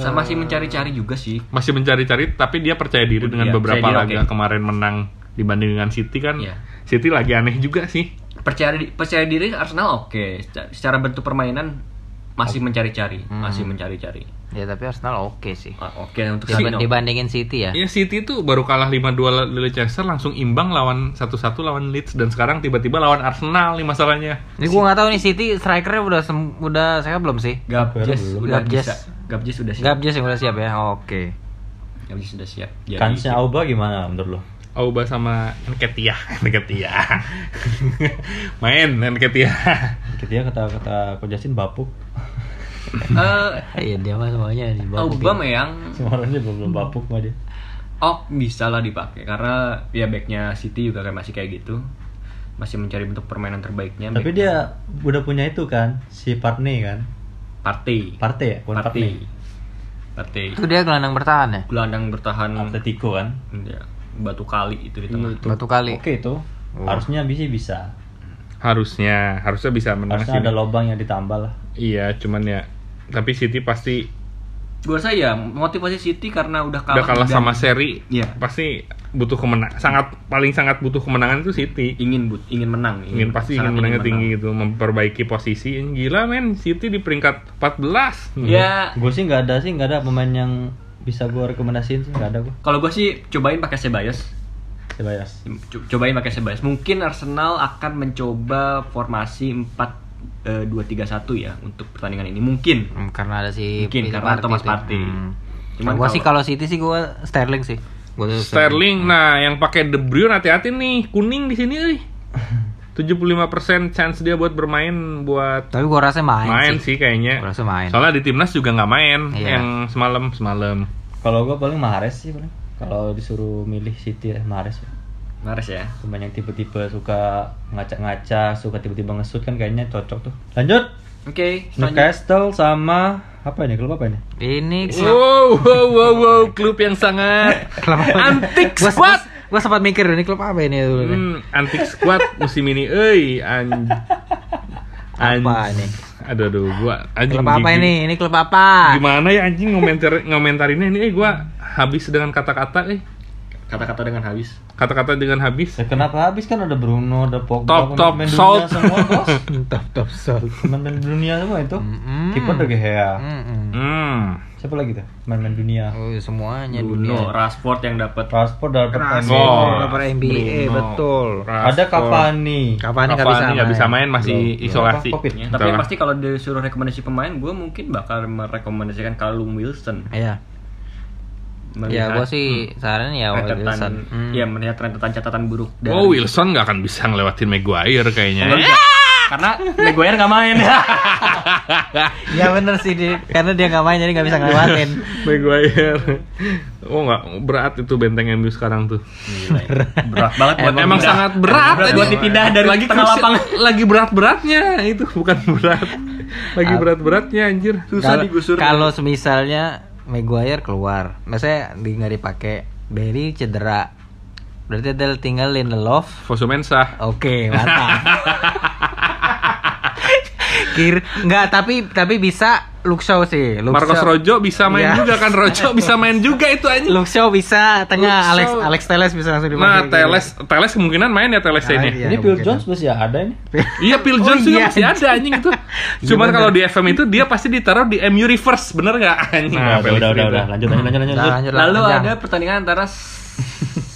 A: sama sih mencari-cari juga sih.
B: masih mencari-cari tapi dia percaya diri dengan
A: Iya,
B: beberapa
A: percaya diri,
B: laga
A: oke.
B: kemarin menang dibanding dengan City kan
A: Iya.
B: City lagi aneh juga sih
A: Percaya di- percaya diri Arsenal oke. Secara- Secara bentuk permainan masih mencari-cari, masih mencari-cari.
C: ya tapi Arsenal oke sih
A: Ah, oke untuk Sabino.
C: Diban- dibandingin City ya
A: Iya.
B: Ya City tuh baru kalah 5-2 dari Leicester langsung imbang lawan 1-1 lawan Leeds dan sekarang tiba-tiba lawan Arsenal nih masalahnya.
C: ini gua nggak tahu nih City strikernya udah sem- udah saya belum sih
A: Gabjes
D: Belum.
A: udah
C: Gabjes.
A: bisa. Gabjes udah siap.
C: Gabjes yang udah siap ya oke
A: Gabjes udah Kan siap. Jadi-
D: Kansnya Auba gimana menurut lo?
B: Auba sama Nketiah, Nketiah. Main Nketiah.
D: Ketika kata-kata Ko Justin bapuk.
A: Eh,
C: iya dia Oh, mah semuanya di bawah
A: Aubameyang yang
D: Semua orangnya belum belum bapuk mah dia.
A: oh bisa lah dipakai karena ya backnya City juga kayak masih kayak gitu masih mencari bentuk permainan terbaiknya
D: Tapi
A: back
D: dia udah punya itu kan, si Partey kan.
A: Partey
D: Partey ya, bukan
A: Partey
D: Partey.
A: Partey
C: itu dia gelandang bertahan ya
A: gelandang bertahan
D: Atletico kan.
A: ya, batu kali Iya, itu di tengah
C: batu kali
D: Oke itu. Harusnya bisa bisa.
B: Harusnya, harusnya bisa menang
D: Harusnya
B: City.
D: ada lobang yang ditambah lah.
B: Iya, cuman ya tapi City pasti
A: gue rasa ya motivasi City karena udah kalah
B: udah kalah
A: dan
B: sama seri,
A: Iya.
B: pasti butuh kemenang sangat paling sangat butuh kemenangan itu City.
A: ingin but ingin menang
B: ingin
C: Hmm,
B: pasti ingin
A: sangat
B: menangnya
A: menang.
B: tinggi gitu, memperbaiki posisi. Gila men, City di peringkat Hmm. 14.
A: ya
C: Iya.
D: Gue sih nggak ada sih nggak ada pemain yang bisa gue rekomendasiin sih nggak ada gue.
A: kalau gue sih cobain pakai Sebayas
D: Coba ya. Yas.
A: Co- cobain pakai Sebayas mungkin Arsenal akan mencoba formasi 4 2 3 1 ya untuk pertandingan ini mungkin
C: Hmm, karena ada si
A: Mungkin,
C: Philip
A: karena Thomas
C: itu ya.
A: Partey.
C: Hmm.
A: Cuman
C: gua sih
A: kalau-
C: kalau City sih gua Sterling sih gua tuh
B: Sterling, nah yang pakai De Bruyne hati-hati nih, kuning di sini eh. nih. 75% chance dia buat bermain buat
C: tapi gua rasa main,
B: main sih, kayaknya.
C: Gua rasa main.
B: Soalnya di timnas juga nggak main
C: Iya.
B: yang semalam semalam.
D: Kalau gue paling Mahrez sih paling. Kalau disuruh milih City ya Mahrez. ya.
A: Mares ya
D: Pemain yang tipe-tipe suka ngacak-ngacak, suka tiba-tiba ngesut kan kayaknya cocok tuh. Lanjut.
A: oke selanjutnya.
D: Newcastle sama apa ini klub apa ini?
C: ini gua,
B: Wow, wow, wow, wow, klub yang sangat antik
C: gua, gua,
B: squad.
C: gua sempat mikir ini klub apa ini dulu nih.
B: Hmm, antik squad musim ini, eh, euy, an, an,
C: Apa ini?
B: Aduh, aduh, gua anjing.
C: klub apa
B: gigi-
C: ini ini klub apa
B: Gimana ya anjing ngomentar ngomentarinnya ini? Eh, gua habis dengan kata-kata eh.
A: Kata-kata dengan habis.
B: Kata-kata dengan habis.
D: Ya, kenapa habis kan ada Bruno, ada Pogba,
B: Top, top,
D: pemain dunia
B: salt.
D: semua bos.
C: Top top salt.
D: Pemain dunia semua itu.
C: Mm-mm.
D: Kiper De Gea.
C: Mm-mm.
B: Hmm.
D: Siapa lagi tuh? Pemain dunia.
C: Oh, semuanya
A: Bruno,
C: dunia.
A: Rashford yang dapat
D: Rashford dapat
B: Rashford.
D: Kane.
B: Oh,
C: Para NBA
B: Bruno.
C: betul.
D: Ada Cavani.
C: Kapan nggak bisa?
B: Cavani nggak bisa main masih
D: Belum.
B: isolasi. Iya.
D: Apa, Covid?
A: Ya,
B: Betul
A: tapi yang
B: lah.
A: pasti kalau disuruh rekomendasi pemain, gue mungkin bakal merekomendasikan Callum Wilson.
C: Iya. Ya,
A: Melihat Hmm.
C: gua sih saran ya Walt
A: rentetan,
C: Wilson. Hmm.
A: ya melihat rentetan catatan buruk. dari-
B: Oh Wilson nggak akan bisa ngelewatin Maguire kayaknya. ya.
A: Nggak bisa. Karena Maguire nggak main.
C: Ya bener sih dia, karena dia nggak main jadi nggak bisa ngelewatin.
B: Maguire. Oh nggak berat itu benteng MU sekarang tuh.
A: berat banget buat
B: Emang
A: dipindah.
B: sangat berat.
A: Berat
B: tadi.
A: buat dipindah dari
B: lagi
A: tengah
B: krusi-
A: lapangan.
B: Lagi berat-beratnya itu bukan berat. Lagi berat-beratnya anjir.
A: Susah digusur.
C: Kalau semisalnya Maguire keluar, maksudnya di nggak dipakai, Barry cedera, berarti ada tinggal Lindelof.
B: Fosumensa.
C: Oke, mantap. Kir, nggak tapi tapi bisa Luxo sih. Luxo.
B: Marcos Rojo bisa main
C: Iya.
B: juga kan Rojo bisa main juga itu anjir.
C: Luxo bisa tengah
B: Luxo.
C: Alex Alex Teles bisa langsung
B: Nah,
C: dipakai.
B: Teles Teles kemungkinan main ya Teles
C: Ah,
B: ini.
C: iya.
D: Ini Phil
C: mungkin.
D: Jones masih ada ini.
B: Iya, Phil
C: Oh,
B: Jones juga
C: iya.
B: masih ada anjing itu. Cuman kalau di FM itu dia pasti ditaruh di MU reverse, bener nggak? Anjing.
D: Nah,
B: Phil
D: udah, udah,
B: Jones
D: udah,
B: itu.
D: udah, lanjut, lanjut, lanjut, lanjut.
C: Nah, lanjut
A: Lalu ada pertandingan antara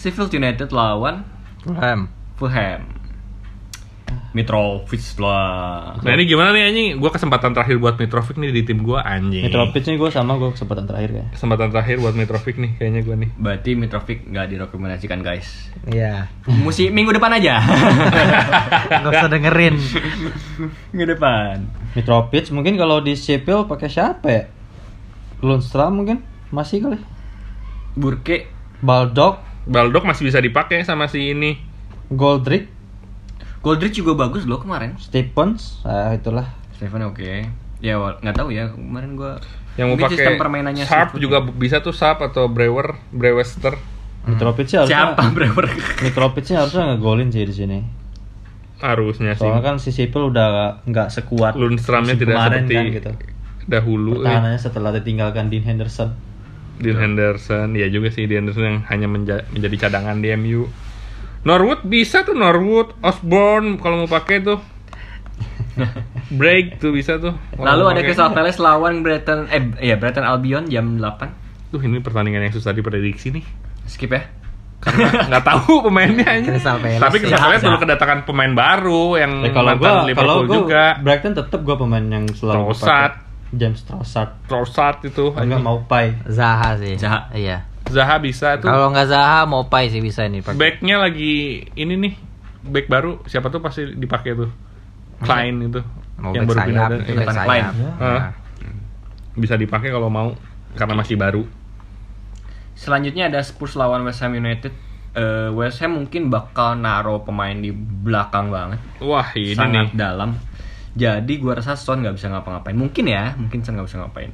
A: Sheffield United lawan
C: Fulham.
A: Fulham. Mitrovic lah.
B: Nah ini gimana nih anjing? Gua kesempatan terakhir buat Mitrovic nih di tim gua anjing.
D: Mitrovic nih gue sama gue kesempatan terakhir ya.
B: Kesempatan terakhir buat Mitrovic nih kayaknya gua nih.
A: Berarti Mitrovic nggak direkomendasikan guys.
C: Iya.
A: Musim minggu depan aja.
C: Nggak usah dengerin.
A: minggu depan.
D: Mitrovic mungkin kalau di Sheffield pakai siapa ya? Lundstram mungkin masih kali.
A: Burke
D: Baldock,
B: Baldok masih bisa dipakai sama si ini.
D: Goldrick,
A: Goldrich juga bagus loh kemarin.
D: Stephens, ah itulah.
A: Stefan oke. Ya wal- nggak tahu ya kemarin gua
B: Yang mau
A: mungkin sistem
B: pakai
A: permainannya
B: Sharp
A: Sheffield
B: juga
A: ya.
B: bisa tuh Sharp atau Brewer, Brewester. Hmm.
D: Mitrovic sih harusnya
A: Siapa Brewer?
D: Mitrovic sih harusnya ngegolin sih di sini.
B: Harusnya sih.
D: Soalnya kan si Sheffield udah nggak sekuat
B: Lundstramnya
D: musim
B: tidak
D: kemarin
B: seperti
D: kan, gitu.
B: dahulu. ya.
D: Pertahanannya setelah ditinggalkan Dean Henderson.
B: Dean
D: Iya.
B: Henderson, ya juga sih Dean Henderson yang hanya menja- menjadi cadangan di MU. Norwood bisa tuh Norwood, Osborne kalau mau pakai tuh. Break tuh bisa tuh. Kalau
A: Lalu
B: mau
A: ada
B: pakai.
A: Crystal Palace lawan Brighton eh ya Brighton Albion jam 8.
B: Tuh ini pertandingan yang susah diprediksi nih.
A: Skip ya.
B: Karena nggak tahu pemainnya anjing.
C: Crystal Palace.
B: Tapi Crystal
A: Ya,
B: Palace
A: ya.
B: baru kedatangan pemain baru yang
D: Eh, kalau
B: mantan
D: gua kalau
B: Liverpool
D: gua
B: juga.
D: Brighton tetap gua pemain yang selalu gua
B: Trossard.
D: pakai. James Trossard.
B: Trossard itu,
D: Enggak
B: anjing.
D: mau pay.
C: Zaha sih.
A: Zaha.
C: Iya.
B: Zaha bisa tuh.
C: Kalau nggak Zaha mau Pai sih bisa ini pakai.
B: Backnya lagi ini nih back baru siapa tuh pasti dipakai tuh Klein itu
C: Mau back sayap,
B: dari-
C: itu back
A: Nathan
C: sayap. Iya.
A: Klein.
B: Hah? Nah, bisa dipakai kalau mau karena masih baru
A: Selanjutnya ada Spurs lawan West Ham United. Eh, West Ham mungkin bakal naro pemain di belakang banget,
B: wah ini
A: sangat
B: nih
A: dalam. Jadi gua rasa Son nggak bisa ngapa-ngapain. Mungkin ya, mungkin Son nggak bisa ngapain.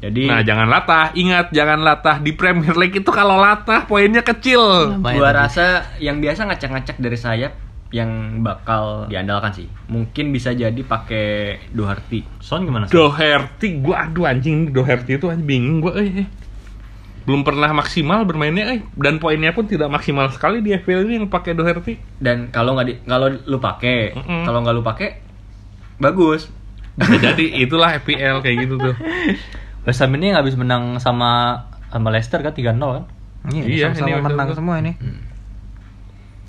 A: Jadi
B: nah jangan latah ingat jangan latah di Premier League itu kalau latah poinnya kecil
C: Namanya
A: gua
C: tadi.
A: rasa yang biasa ngacak-ngacak dari sayap yang bakal diandalkan sih. Mungkin bisa jadi pakai Doherty.
D: Son gimana? Son?
B: Doherty gua aduh anjing ini Doherty itu anjing bingung gua eh, eh. belum pernah maksimal bermainnya eh dan poinnya pun tidak maksimal sekali di FPL ini yang pakai Doherty
A: Dan kalau nggak di, kalau lu pakai,
B: Mm-mm.
A: kalau nggak lu pakai bagus.
B: Bisa jadi itulah FPL kayak gitu tuh
D: West Ham ini habis menang sama sama Leicester kan 3-0 kan.
B: Iya,
C: Iya,
B: ini Hmm.
C: sama-sama
B: maksud
C: menang
B: gua.
C: semua ini.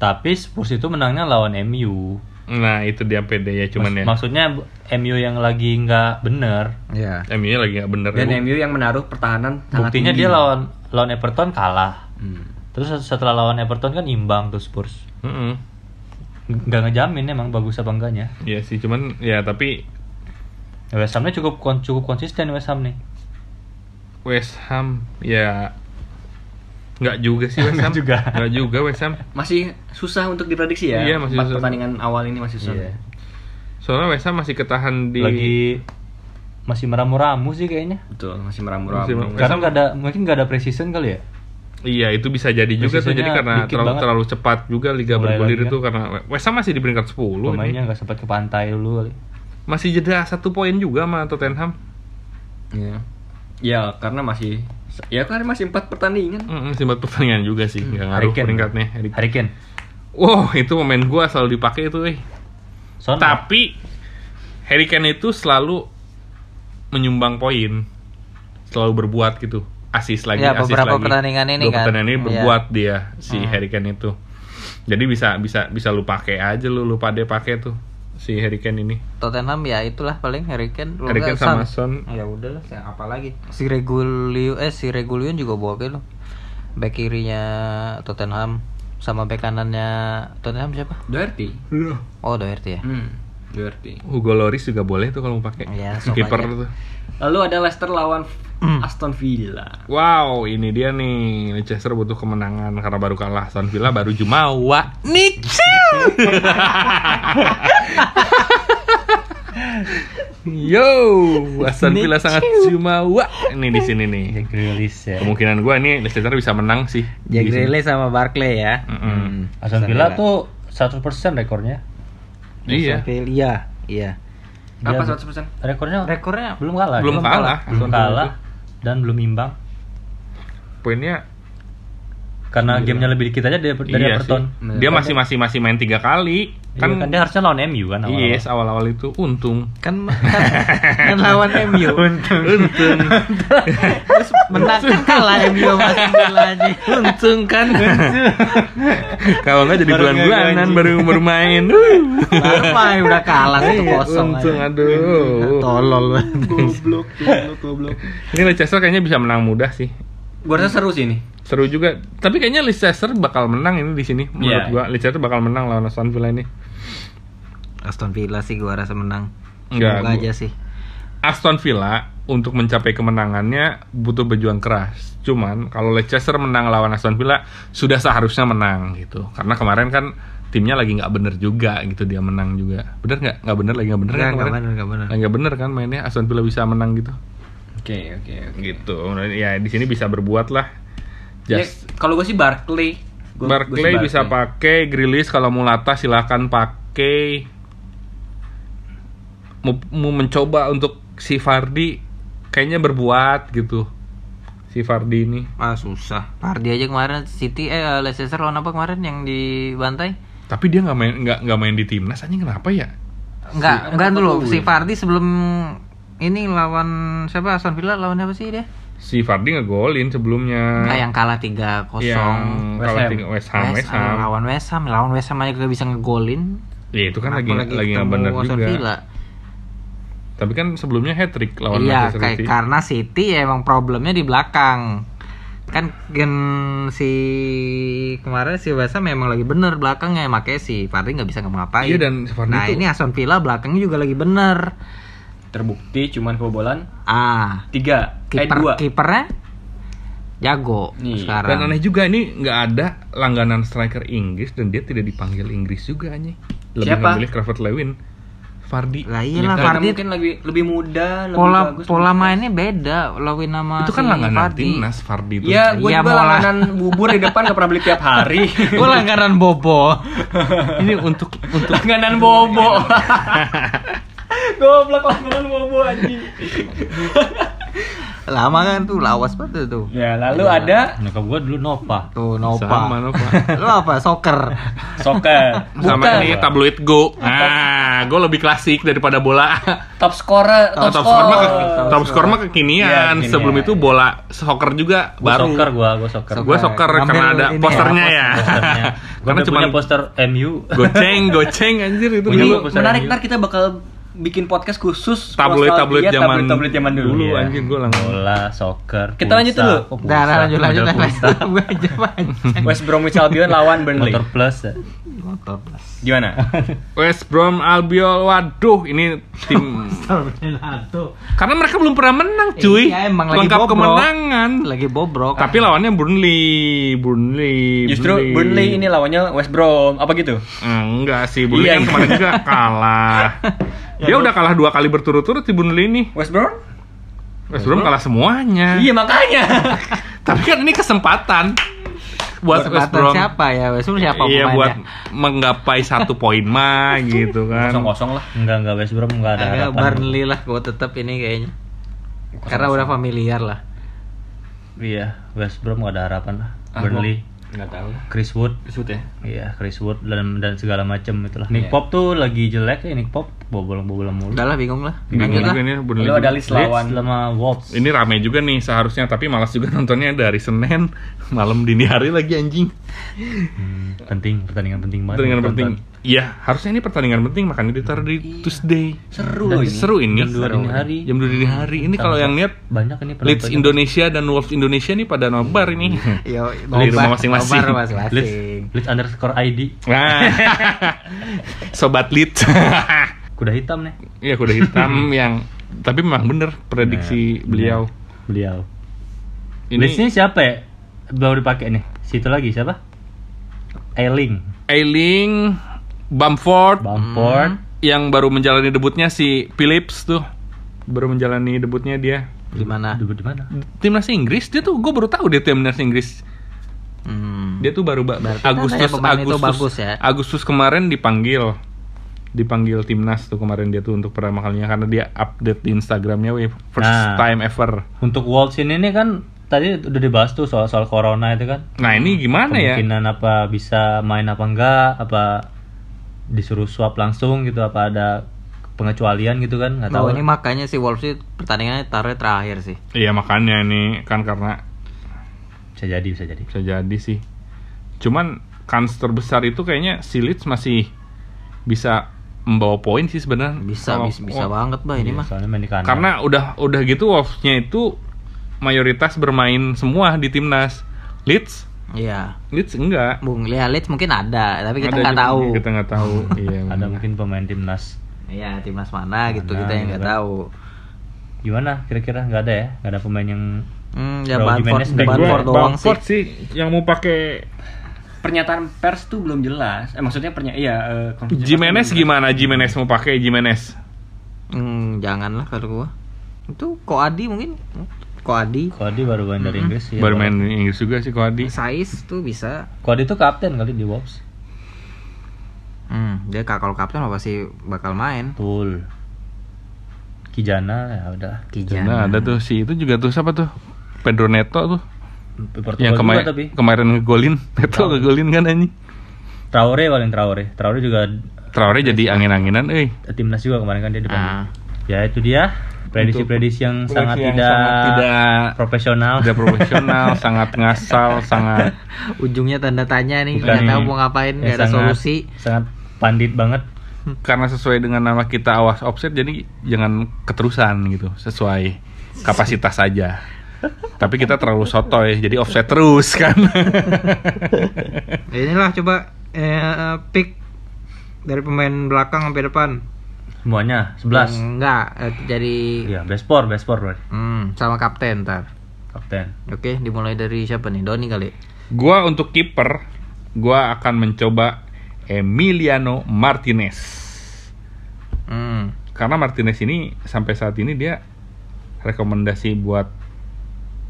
D: Tapi Spurs itu menangnya lawan MU.
B: nah itu dia pede ya cuman ya
D: Mas- Maksudnya bu- MU yang lagi nggak bener.
C: Iya.
B: MU-nya lagi nggak bener
A: Dan
B: ya, Bu.
A: MU yang menaruh pertahanan sangat
D: Buktinya
A: tinggi.
D: dia lawan lawan Everton kalah.
A: Hmm.
D: Terus setelah lawan Everton kan imbang tuh Spurs.
B: Mm-mm.
D: Nggak ngejamin emang bagus apa enggaknya.
B: Iya sih, cuman ya tapi
D: West Hamnya cukup kon- cukup konsisten West Ham nih.
B: West Ham ya nggak juga sih West Ham.
D: Nggak juga.
B: Nggak juga West Ham.
A: Masih susah untuk diprediksi ya.
B: Iya, masih
A: Empat
B: susah.
A: pertandingan awal ini masih susah.
B: Soalnya West Ham masih ketahan di
D: Lagi masih meramu-ramu sih kayaknya.
A: Betul, masih meramu-ramu.
B: Masih meramu. West
D: Karena
B: Ham-
D: nggak ada mungkin nggak ada precision kali ya.
B: Iya, itu bisa jadi juga tuh
D: Posisinya
B: jadi karena
D: dikit
B: terlalu
D: banget.
B: terlalu cepat juga liga
D: Mulai
B: bergulir
D: lagi kan.
B: itu karena West Ham masih di peringkat 10 ini.
D: Pemainnya nggak sempat ke pantai dulu kali.
B: Masih jeda satu poin juga sama Tottenham.
A: Iya. Ya, karena masih Ya kan masih empat pertandingan.
B: Mm, sempat pertandingan juga sih, nggak ngaruh
D: Hurricane.
B: peringkatnya. Harry-
D: Harry Kane.
B: Wow, itu pemain gua selalu dipakai itu, eh.
D: Son.
B: Tapi Harry Kane itu selalu menyumbang poin, selalu berbuat gitu, asis lagi,
C: Ya,
B: asis
C: beberapa
B: lagi.
C: pertandingan ini
B: Dua
C: kan.
B: pertandingan ini
C: Iya. Hmm.
B: berbuat dia si Harry Kane itu. Jadi bisa bisa bisa lu pakai aja lu lu pada pakai tuh si Harry Kane ini.
C: Tottenham ya itulah paling Hurricane Lu
B: Harry Kane
C: nggak,
B: sama
C: Son.
B: Son.
C: ya udahlah ya, apa lagi si Regulio eh si Regulion juga oke loh back kirinya Tottenham sama back kanannya Tottenham siapa
A: Doherty.
B: Iya.
C: oh Doherty ya
A: Hmm, Doherty.
B: Hugo Loris juga boleh tuh kalau mau pakai.
C: Iya, sok
B: Kiper tuh.
C: aja.
A: Lalu ada Leicester lawan
B: Hmm.
A: Aston Villa.
B: Wow, ini dia nih. Leicester butuh kemenangan karena baru kalah Aston Villa baru jumawa.
C: Nichil
B: Yo, Aston Villa sangat jumawa. Ini di sini nih.
D: Jack Grealish ya.
B: Kemungkinan gua nih Leicester bisa menang sih.
C: Jack
B: Di sini.
C: Grealish sama Barclay ya
B: Mm-mm.
C: Hmm,
D: Aston Villa tuh 100% rekornya.
B: Iya.
C: Aston Villa, iya iya
D: Dia
A: Apa 100%?
D: Rekornya
C: rekornya
D: belum kalah.
B: Belum
D: dia.
B: kalah.
D: Belum
B: Aston Villa
D: kalah dan belum imbang
B: Poinnya
D: karena gamenya lebih dikit aja dari, dari
B: iya
D: Everton.
B: sih. Dia masih masih masih main tiga kali.
D: Kan,
B: Kan, Iya
D: kan dia harusnya lawan MU kan awal-awal.
B: Yes, awal-awal itu untung.
C: kan kan, kan lawan MU
B: Untung.
C: menang kan kalah MU sama Aston Villa aja
B: untung kan. Kalau nggak jadi
D: Baru
B: bulan-bulanan
D: nggak gaji.
B: baru baru main. Uh.
C: baru main ya udah kalah satu kosong
B: untung,
C: aja. Nah,
B: aduh.
C: tolol banget
A: Goblok, goblok, goblok.
B: Ini Leicester kayaknya bisa menang mudah sih.
A: Gua rasa seru sih ini.
B: Seru juga. Tapi kayaknya Leicester bakal menang ini di sini. Menurut
D: Iya.
B: gua Leicester bakal menang lawan Aston Villa ini.
C: Aston Villa sih gua rasa menang.
B: Enggak,
C: Semoga
B: gua-
C: aja sih.
B: Aston Villa untuk mencapai kemenangannya butuh berjuang keras. Cuman kalau Leicester menang lawan Aston Villa sudah seharusnya menang gitu. Karena kemarin kan timnya lagi nggak bener juga gitu dia menang juga. Bener nggak? Nggak bener lagi nggak bener
C: Enggak,
B: kan
C: enggak
B: kemarin?
C: benar, enggak benar.
B: Lagi nggak bener kan mainnya Aston Villa bisa menang gitu.
A: Oke, oke, oke.
B: Gitu. Ya di sini bisa berbuat lah.
A: Ya,
B: Just
A: kalau gua sih Barkley. Gua- gua sih
B: Barclay bisa pakai Grilis kalau Mulata silahkan pakai mau, mau mencoba untuk si Fardi kayaknya berbuat gitu si Fardi ini
C: Ah susah. Pardi aja kemarin City eh eh, Leicester lawan apa kemarin yang dibantai?
B: tapi dia nggak main nggak nggak main di timnas anjing kenapa ya
A: Si-
C: Enggak, enggak
A: apa
C: dulu.
A: tuh?
C: Si Pardi sebelum ini lawan siapa Aston Villa lawan apa sih dia?
B: si Fardi ngegolin sebelumnya
C: Ah, yang kalah 3-0.
B: Hmm. yang
D: West
B: kalau
D: Ham.
B: tinggal West Ham
C: West-
B: West Ham
C: lawan West Ham, lawan West Ham aja gak bisa ngegolin.
B: ya itu kan lagi
C: Apalagi
B: lagi nggak
C: ketemu
B: bener
C: Aston
B: juga
C: Villa.
B: tapi kan sebelumnya hat trick lawan
C: iya,
B: Manchester
C: kayak
B: City
C: karena City ya emang problemnya di belakang. Kan gen si kemarin si West Ham memang lagi bener belakangnya makanya si Fardi nggak bisa ngapa-ngapain.
B: Iya, dan si Vardy
C: nah
B: tuh-
C: ini Aston Villa belakangnya juga lagi bener.
A: Terbukti cuman kebobolan
C: Ah,
A: 3 eh
C: kiper
A: 2.
C: kipernya jago
A: Nih,
C: sekarang.
B: dan aneh juga ini nggak ada langganan striker Inggris dan dia tidak dipanggil Inggris juga anjing. Lebih
A: Siapa?
B: memilih Crawford Lewin. Fardi.
C: Lah iyalah
A: Ya, Iya, Karena
C: Fardi
A: mungkin lebih lebih muda, lebih
C: pola
A: bagus.
C: pola mainnya beda Lawin nama
B: itu kan
C: si
B: langganan
C: Vardy.
B: timnas Fardi itu.
A: Ya, gue
C: Iya,
A: juga
C: mau lah.
A: langganan bubur di depan gak pernah beli tiap hari.
C: Gua langganan bobo.
B: Ini untuk untuk
A: langganan bobo. Goblok langganan bobo anjing.
C: Lama kan tuh lawas banget tuh.
A: Ya, lalu
D: Iya.
A: ada
D: Nyokap gua dulu Nova.
C: Tuh Nopa.
B: sama Nova.
C: Lu apa? Soccer.
A: soccer.
B: Sama
A: Bukan.
B: ini tabloid Go. Nah, Go lebih klasik daripada bola.
A: top scorer,
B: Kalau
A: top,
B: top score
A: score.
B: mah ke- top score mah
A: Iya,
B: kekinian.
A: kekinian.
B: Sebelum itu bola soccer juga
D: Gua
B: baru.
D: soccer gua, gua soccer.
B: Gue soccer
C: Ngambil
B: karena ada
C: ini ya,
B: posternya ya.
D: Posternya. Gua
B: Karena
D: udah
B: cuma
D: punya poster MU.
B: goceng, goceng anjir itu
D: Punya
B: dulu.
D: gua pusat
A: Menarik
D: MU.
A: ntar kita bakal bikin podcast khusus
B: Tabloid- tabloid
A: nostalgia,
B: zaman
A: tabloid-tabloid zaman dulu.
B: dulu,
A: Iya.
B: anjing gue langsung
D: Bola, soccer.
A: Kita lanjut
D: pulsa.
A: dulu.
D: Oh, pulsa.
C: Udah, udah, Nah, lanjut lanjut
D: Model
C: lanjut.
D: pulsa.
C: Gua aja panjang.
A: Eh, West Bromwich Albion lawan Burnley.
D: Motor plus. ya.
C: Motor plus.
A: Gimana?
B: West Brom Albion, waduh ini tim karena mereka belum pernah menang cuy
C: Iya, emang lagi
B: lengkap
C: bobrok.
B: kemenangan
C: Lagi bobrok.
B: tapi lawannya Burnley Burnley
A: Justru Burnley ini lawannya West Brom, apa gitu?
B: Eh, enggak sih Burnley
A: Iya,
B: yang
A: iya.
B: kemarin juga kalah
C: Ya,
B: dia udah kalah dua kali berturut-turut di Burnley ini
A: West Brom?
B: West Brom kalah semuanya
A: Iya makanya.
B: tapi kan ini kesempatan buat
C: Kesempatan
B: West Brom
C: siapa ya? West Brom siapa
B: iya
C: pemainnya?
B: buat menggapai satu poin mah gitu
A: Kosong
B: kan
A: kosong lah.
D: Enggak, enggak West Brom enggak ada
C: Agak
D: harapan.
C: Burnley lah, gua tetap ini kayaknya. Karena udah familiar lah.
D: Iya, West Brom nggak ada harapan lah.
A: Ah,
D: Burnley,
B: nggak tahu
D: Chris Wood,
A: Kesut ya.
D: iya Chris Wood dan dan segala macam itulah.
A: Iya.
D: Nick Pop tuh lagi jelek ya Nick Pop, bobolan-bobolan mulu.
C: Udah lah bingung lah.
B: Bingung
C: Lanjut lah.
B: juga ini Burnley
A: Lu ada
B: juga.
A: list
D: Leeds
A: lawan
D: sama Wolves.
B: ini rame juga nih seharusnya tapi malas juga nontonnya dari Senin malam dini hari lagi anjing
D: Hmm, penting, pertandingan penting banget.
B: pertandingan
D: Tonton.
B: penting iya harusnya ini pertandingan penting makanya ditaruh di Tuesday
A: seru loh
B: Dan
A: ini.
B: seru ini
D: Iya. Jam dua
B: Seru.
D: dini hari.
B: jam dua dini hari ini kalau yang lihat
D: Banyak ini
B: Leeds
D: penontonnya.
B: Indonesia dan Wolves Indonesia nih pada nobar ini
C: Yo,
B: Di rumah masing-masing.
C: nobar masing-masing.
D: Leeds, Leeds underscore ID.
B: nah sobat Leeds
D: Kuda hitam nih.
B: Iya kuda hitam yang tapi memang bener prediksi
D: Bener,
B: beliau
D: bener. Beliau.
B: ini
D: Leeds ini siapa ya? Baru dipakai nih. Situ lagi siapa? Eiling,
B: Eiling Bamford
D: Bamford,
B: yang baru menjalani debutnya si Phillips tuh baru menjalani debutnya dia
C: Di
B: Hmm.
C: mana?
D: duduk di mana?
B: timnas Inggris dia tuh gue baru tahu dia timnas Inggris
C: Hmm.
B: dia tuh baru ba-
C: Berarti
B: Agustus
C: tandanya pemain itu
B: Agustus
C: bagus ya.
B: Agustus kemarin dipanggil dipanggil timnas tuh kemarin dia tuh untuk pertama kalinya karena dia update di Instagramnya weh first
D: Nah.
B: time ever
D: Untuk Wolves ini nih kan tadi udah dibahas tuh soal soal corona itu kan.
B: nah ini gimana ya
D: Kemungkinan apa bisa main apa enggak, apa disuruh swab langsung gitu apa ada pengecualian gitu kan nggak
C: Tahu Nah,
D: tahu.
C: ini makanya si Wolves itu pertandingannya taruh terakhir sih.
B: iya makanya ini kan karena
D: Bisa jadi, bisa jadi.
B: bisa jadi sih cuman kans terbesar itu kayaknya si Leeds masih bisa membawa poin sih sebenarnya
C: Bisa
B: Kalau-
C: bisa, bisa banget, Bah, ini
D: Iya,
C: mah.
D: soalnya main di kanan.
B: Oh, karena udah udah gitu Wolves-nya itu mayoritas bermain semua di timnas Leeds
C: Iya.
B: Leeds enggak
C: Bung Lia Leeds mungkin ada, tapi
B: Ada
C: kita nggak
B: juga,
C: tahu.
B: kita nggak tahu iya
D: ada mungkin pemain timnas.
C: Iya, timnas mana gitu
D: Mana,
C: kita yang
D: ya
C: nggak
D: kan?
C: tahu.
D: Gimana kira-kira nggak ada ya? Nggak ada pemain yang
C: Hmm, ya
D: Raul
C: Bamford,
D: Jimenez back
C: Bamford doang sih.
B: eh, Bamford sih yang mau pakai
A: Pernyataan pers tuh belum jelas. Eh maksudnya pernya iya eh, konferensi pers
B: Jimenez
A: belum jelas.
B: gimana Jimenez mau pakai Jimenez
C: Hmm, janganlah kalau gua. Itu Koadi mungkin. Koadi.
D: Kodi baru main dari Inggris ya.
B: baru main Inggris juga sih Koadi
C: Saiz tuh bisa.
D: Kodi itu kapten kali di Wolves.
C: Hmm, dia kak- kalau kapten pasti bakal main.
D: Betul. Kijana ya udah.
B: nah ada tuh si itu juga tuh siapa tuh Pedro Neto tuh
D: Portugal
B: yang kemarin
D: juga tapi
B: kemarin ngegolin Neto ngegolin kan anjing
D: Traore paling Traore. Traore juga
B: Traore jadi angin-anginan eh
D: timnas juga kemarin kan dia dipanggil.
C: Ah.
D: Ya itu dia prediksi-prediksi yang
B: Prediksi
D: sangat
B: yang
D: tidak
B: Iya, sangat tidak
D: profesional.
B: tidak profesional sangat ngasal sangat
C: Ujungnya tanda tanya nih,
B: Bukan
C: nggak tahu
B: ini.
C: mau ngapain,
D: Yang
C: nggak ada
D: Eh, sangat-
C: solusi.
D: Sangat pandit banget.
B: karena sesuai dengan nama kita awas offset jadi jangan keterusan gitu sesuai kapasitas saja tapi kita terlalu sotoy jadi offset terus kan
C: Ya Inilah coba eh, pick dari pemain belakang sampai depan.
D: Semuanya 11.
C: Enggak, eh, jadi
D: Iya, best four, best four berarti.
C: hmm, sama kapten ntar.
D: Kapten.
C: Oke, dimulai dari siapa nih? Doni kali.
B: gua untuk kiper gua akan mencoba Emiliano Martinez
C: Hmm.
B: karena Martinez ini sampai saat ini dia rekomendasi buat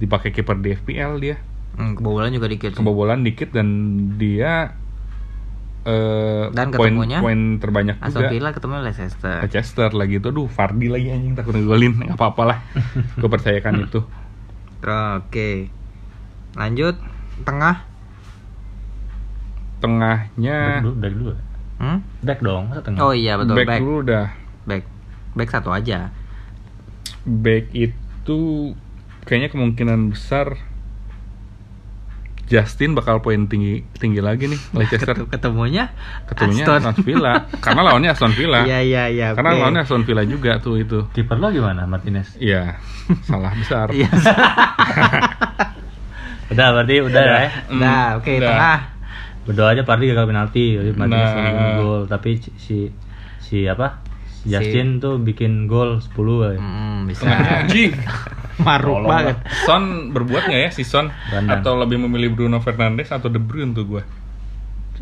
B: dipakai kiper di FPL dia
C: Hmm, kebobolan juga dikit. sih.
B: kebobolan dikit dan dia eh
C: Dan
B: poin
C: ketemunya
B: poin terbanyak
C: Aston
B: juga
C: Villa ketemu Leicester.
B: Leicester lagi itu aduh Fardi lagi anjing takut ngegolin nggak apa-apalah gue percayakan itu
C: Oke. Lanjut tengah.
D: Back
B: tengahnya
D: dulu, back dulu. ya?
C: Hmm?
D: Back dong, masa tengah.
C: Oh iya betul
B: back,
C: back. Back.
B: dulu udah
C: back. satu aja.
B: back itu kayaknya kemungkinan besar Justin bakal poin tinggi tinggi lagi nih Leicester
C: Ketemunya
B: ketemunya
C: Aston.
B: Aston Villa karena lawannya Aston Villa
C: Iya iya iya.
B: karena
C: oke.
B: lawannya Aston Villa juga tuh itu
D: Kiper lo gimana, Martinez?
B: Iya, salah besar.
C: Iya.
D: Udah berarti udah ya.
C: Nah, oke
B: Hmm, udah.
C: tengah.
D: Berdoa aja Pardi gagal penalti, Martinez
B: Nah.
D: bikin gol, tapi si si apa? Si Justin tuh bikin gol ya. 10 kali.
C: Hmm, bisa.
B: Tengahnya anjing.
C: Maruk banget.
B: Son berbuat nggak ya si Son?
D: Gelandang.
B: Atau lebih memilih Bruno Fernandes atau De Bruyne tuh gue?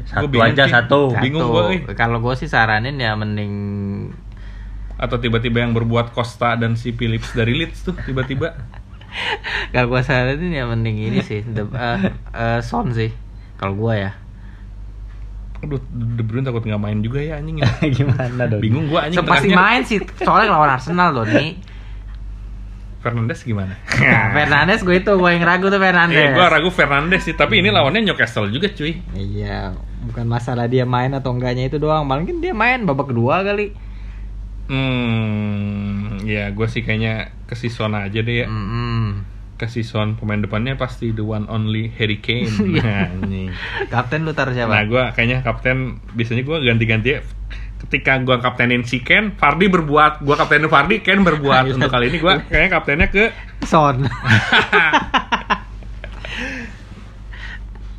D: Satu
B: bingung,
D: aja
B: Ki.
D: satu.
B: Satu. Oh, Bingung gua, ih.
C: Kalau gue sih saranin ya mending
B: Atau tiba-tiba yang berbuat Costa dan si Phillips dari Leeds tuh tiba-tiba?
C: kalau gue saranin ya mending ini sih the, eh, eh, Son sih kalau gue ya
B: Aduh, De Bruyne takut nggak main juga ya anjing. ya.
D: Gimana dong?
B: Bingung gue anjing.
C: So, pasti
B: tengahnya.
C: main sih soalnya lawan Arsenal Doni
B: Fernandes gimana?
D: Ya,
C: Fernandes gue itu gue yang ragu tuh Fernandes.
B: Eh, Ya. gua ragu Fernandes sih, tapi ini lawannya Newcastle juga cuy.
C: Iya, bukan masalah dia main atau enggaknya itu doang. Mungkin dia main babak kedua kali.
B: Hmm, ya gue sih kayaknya ke Sison aja deh ya.
D: Hmm.
C: Mm-mm.
B: Ke Sison pemain depannya pasti the one only Harry Kane. nah,
D: Iya.
B: ini.
C: Kapten lu taruh
B: nah
C: siapa?
B: gue kayaknya kapten biasanya gue ganti-ganti ya. Ketika gue kaptenin si Ken, Fardi berbuat. Gue kaptenin Fardi, Ken
D: Iya.
B: berbuat. Untuk kali ini gue kayaknya kaptennya ke
C: Son.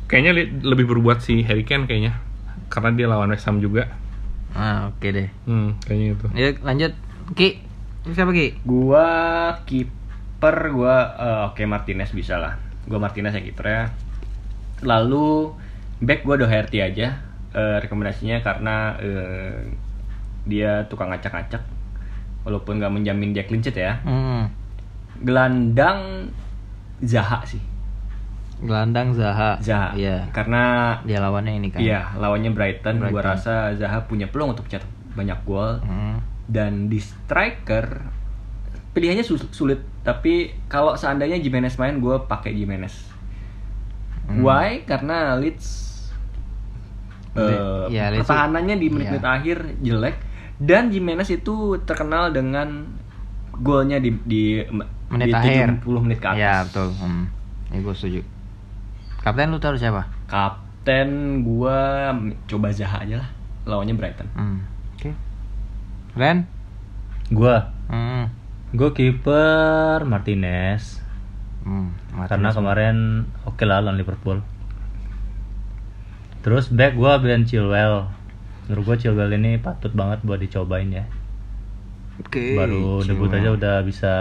B: kayaknya li- lebih berbuat si Harry Kane kayaknya karena dia lawan West Ham juga.
C: ah, oke deh.
B: Hmm, kayaknya itu.
C: Ya lanjut. Ki, Lu siapa Ki?
A: Gua kiper gua eh, oke Martinez bisa lah. Gua Martinez yang kipernya. Lalu back gua Doherty aja eh, rekomendasinya karena eh, dia tukang acak-acak walaupun nggak menjamin dia clean sheet ya.
C: Hmm.
A: Gelandang Zaha sih.
C: Gelandang Zaha.
A: Zaha.
C: Iya.
A: Karena
C: Dia lawannya ini kan.
A: iya lawannya Brighton, gua
C: Brighton.
A: rasa Zaha punya peluang untuk cetak banyak gol.
C: Hmm.
A: dan di striker pilihannya sus- sulit tapi kalau seandainya Jimenez main gue pakai Jimenez
C: Hmm.
A: why karena Leeds eh,
C: Iya, Leeds-
A: pertahanannya di menit-menit
C: iya.
A: akhir jelek dan Jimenez itu terkenal dengan golnya di di, di
C: Menit akhir.
A: 70 menit ke atas
C: Iya, betul. Hmm. Ini gue setuju. Kapten lu taruh siapa?
A: kapten gue coba Zaha aja lah lawannya Brighton
C: Hmm. Oke. Ren?
D: Gua,
C: Hmm.
D: gua kiper Martinez
C: Hmm.
D: karena kemarin oke lah lawan Liverpool. Terus back gua Ben Chilwell. Menurut gua Chilwell ini patut banget buat dicobain ya.
C: Oke.
D: Baru debut
C: Cuma.
D: aja udah bisa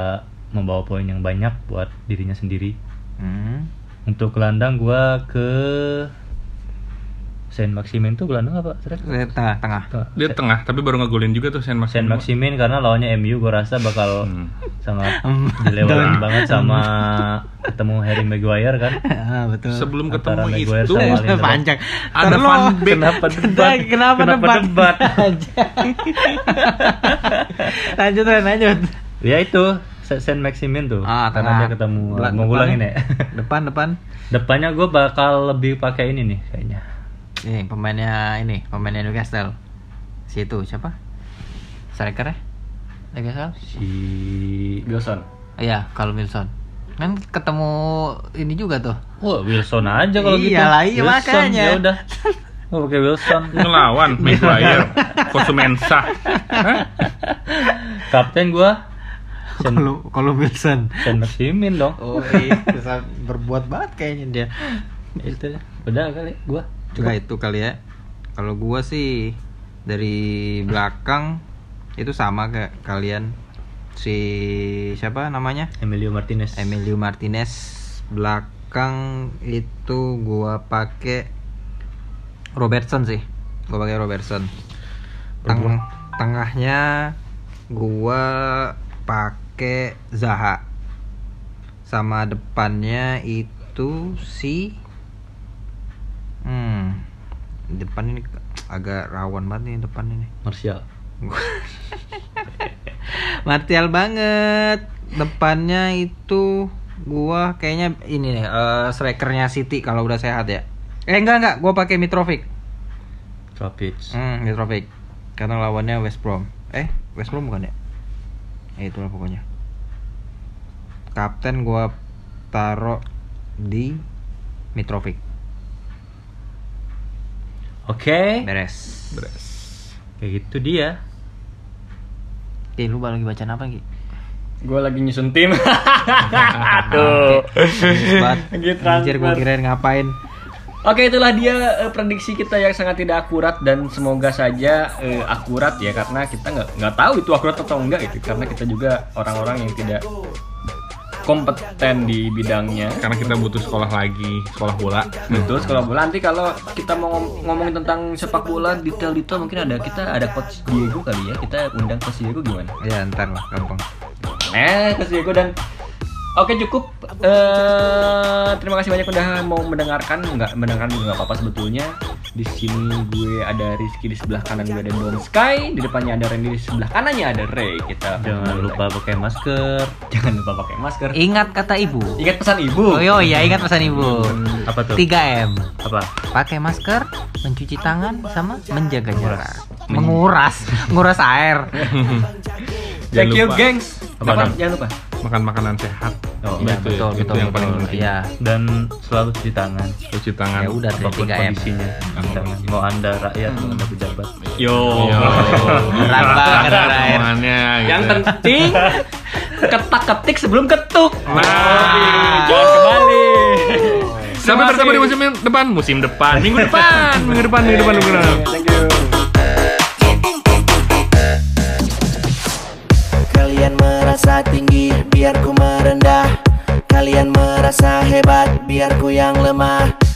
D: membawa poin yang banyak buat dirinya sendiri.
C: Hmm.
D: Untuk gelandang gua ke Saint Maximin tuh gelandang apa? Seret?
C: Tengah, tengah.
B: Dia tengah, tapi baru ngegolin juga tuh Sen
D: Saint
B: Maximin.
D: Maximin karena lawannya MU gue rasa bakal
B: Hmm.
D: sangat dilewatin
B: Down.
D: banget sama ketemu Harry Maguire kan.
C: Ah, betul.
B: Sebelum ketemu
D: Antara Maguire
B: itu,
D: sama Lindelof.
C: panjang.
B: Ada
C: Terus-
B: Van Beek.
D: Kenapa debat?
C: Kenapa,
D: Kenapa
C: debat?
D: debat?
C: lanjut, Ren, lanjut.
D: Ya itu Saint Maximin tuh.
C: Ah,
D: karena
C: tengah.
D: dia ketemu
C: Bel-
D: mau ulangin ya.
C: depannya. Depan, depan.
D: Depannya gue bakal lebih pakai ini nih kayaknya.
C: Ini pemainnya ini, pemainnya Newcastle. Si itu siapa? Striker ya? Newcastle?
D: Si
A: Wilson
C: Iya, kalau Wilson. Kan ketemu ini juga tuh.
D: Wah, Wilson aja kalau gitu.
C: Iyalah, iya,
D: Wilson,
C: makanya.
D: Ya udah. Gue pakai Wilson.
B: ngelawan Maguire, Kosumensa.
D: Kapten gua
C: Kalau kalau Wilson.
D: Saint Maximin dong.
C: Oh, iya, bisa berbuat banget kayaknya dia.
D: Itu udah kali gua.
C: Juga itu kali ya. Kalau gua sih dari belakang itu sama kayak kalian si siapa namanya?
D: Emilio Martinez.
C: Emilio Martinez belakang itu gua pakai Robertson sih. Gua pakai Robertson. Teng- tengahnya gua pakai Zaha. Sama depannya itu si Hmm. Depan ini agak rawan banget nih depan ini.
D: Martial.
C: Martial banget. Depannya itu gua kayaknya ini nih eh, strikernya City kalau udah sehat ya. Eh enggak enggak, gua pakai Mitrovic.
D: Tropic.
C: Hmm, Mitrovic. Karena lawannya West Brom. Eh, West Brom bukan ya? Ya itulah pokoknya. Kapten gua taruh di Mitrovic. Eh.
D: Oke.
C: Beres.
D: Kayak gitu dia.
C: Ki, Eh, lu lagi baca apa, Ki?
A: gue lagi nyusun tim
C: Aduh.
A: Lagi
C: Anjir, gua
A: transfer.
C: kirain ngapain.
A: Oke itulah dia eh, prediksi kita yang sangat tidak akurat dan semoga saja eh, akurat ya karena kita nggak nggak tahu itu akurat atau enggak gitu karena kita juga orang-orang yang tidak kompeten di bidangnya.
B: Karena kita butuh sekolah lagi, sekolah bola.
D: Iya.
A: Betul sekolah bola nanti kalau kita mau ngom- ngomongin tentang sepak bola detail-detail mungkin ada kita ada coach Diego kali ya kita undang coach Diego gimana?
C: Ya, ntar lah, gampang.
A: Eh coach Diego dan Oke cukup. Eh, terima kasih banyak udah mau mendengarkan. Nggak mendengarkan juga nggak apa-apa sebetulnya. Di sini gue ada Rizky di sebelah kanan gue ada Don Sky. Di depannya ada Randy di sebelah kanannya ada Ray. Kita
D: Jangan lupa pakai masker.
A: jangan lupa pakai masker.
C: Ingat kata ibu.
A: Ingat pesan ibu.
C: Oh iya, Hmm, iya, ingat pesan ibu.
D: Apa tuh?
C: 3M.
D: Apa?
C: Pakai masker, mencuci tangan sama menjaga jarak. Menguras, nguras air.
A: Thank
B: Jangan
A: you
B: lupa.
A: gengs.
D: Apa,
A: Apa?
D: Dam?
A: Jangan lupa.
B: makan makanan sehat
D: Oh,
B: Iya,
C: Iya,
B: itu, ya, itu yang paling penting
C: Iya.
D: Dan selalu cuci tangan.
B: cuci tangan
C: Ya udah deh,
D: Apapun
C: 3M.
D: kondisinya. Iya.
B: Apapun
D: Mau anda rakyat, mau anda pejabat.
A: Yo.
B: Yo.
C: Berat banget,
B: Berat
C: Ray.
B: semuanya, gitu
A: Yang
B: ya.
A: penting ketak-ketik sebelum ketuk.
B: Nah.
A: Jangan kembali.
B: sampai bertemu di musim depan musim depan minggu depan minggu depan minggu depan minggu depan
A: Thank you.
E: Kalian merasa tinggi, biar ku merendah Kalian merasa hebat, biar ku yang lemah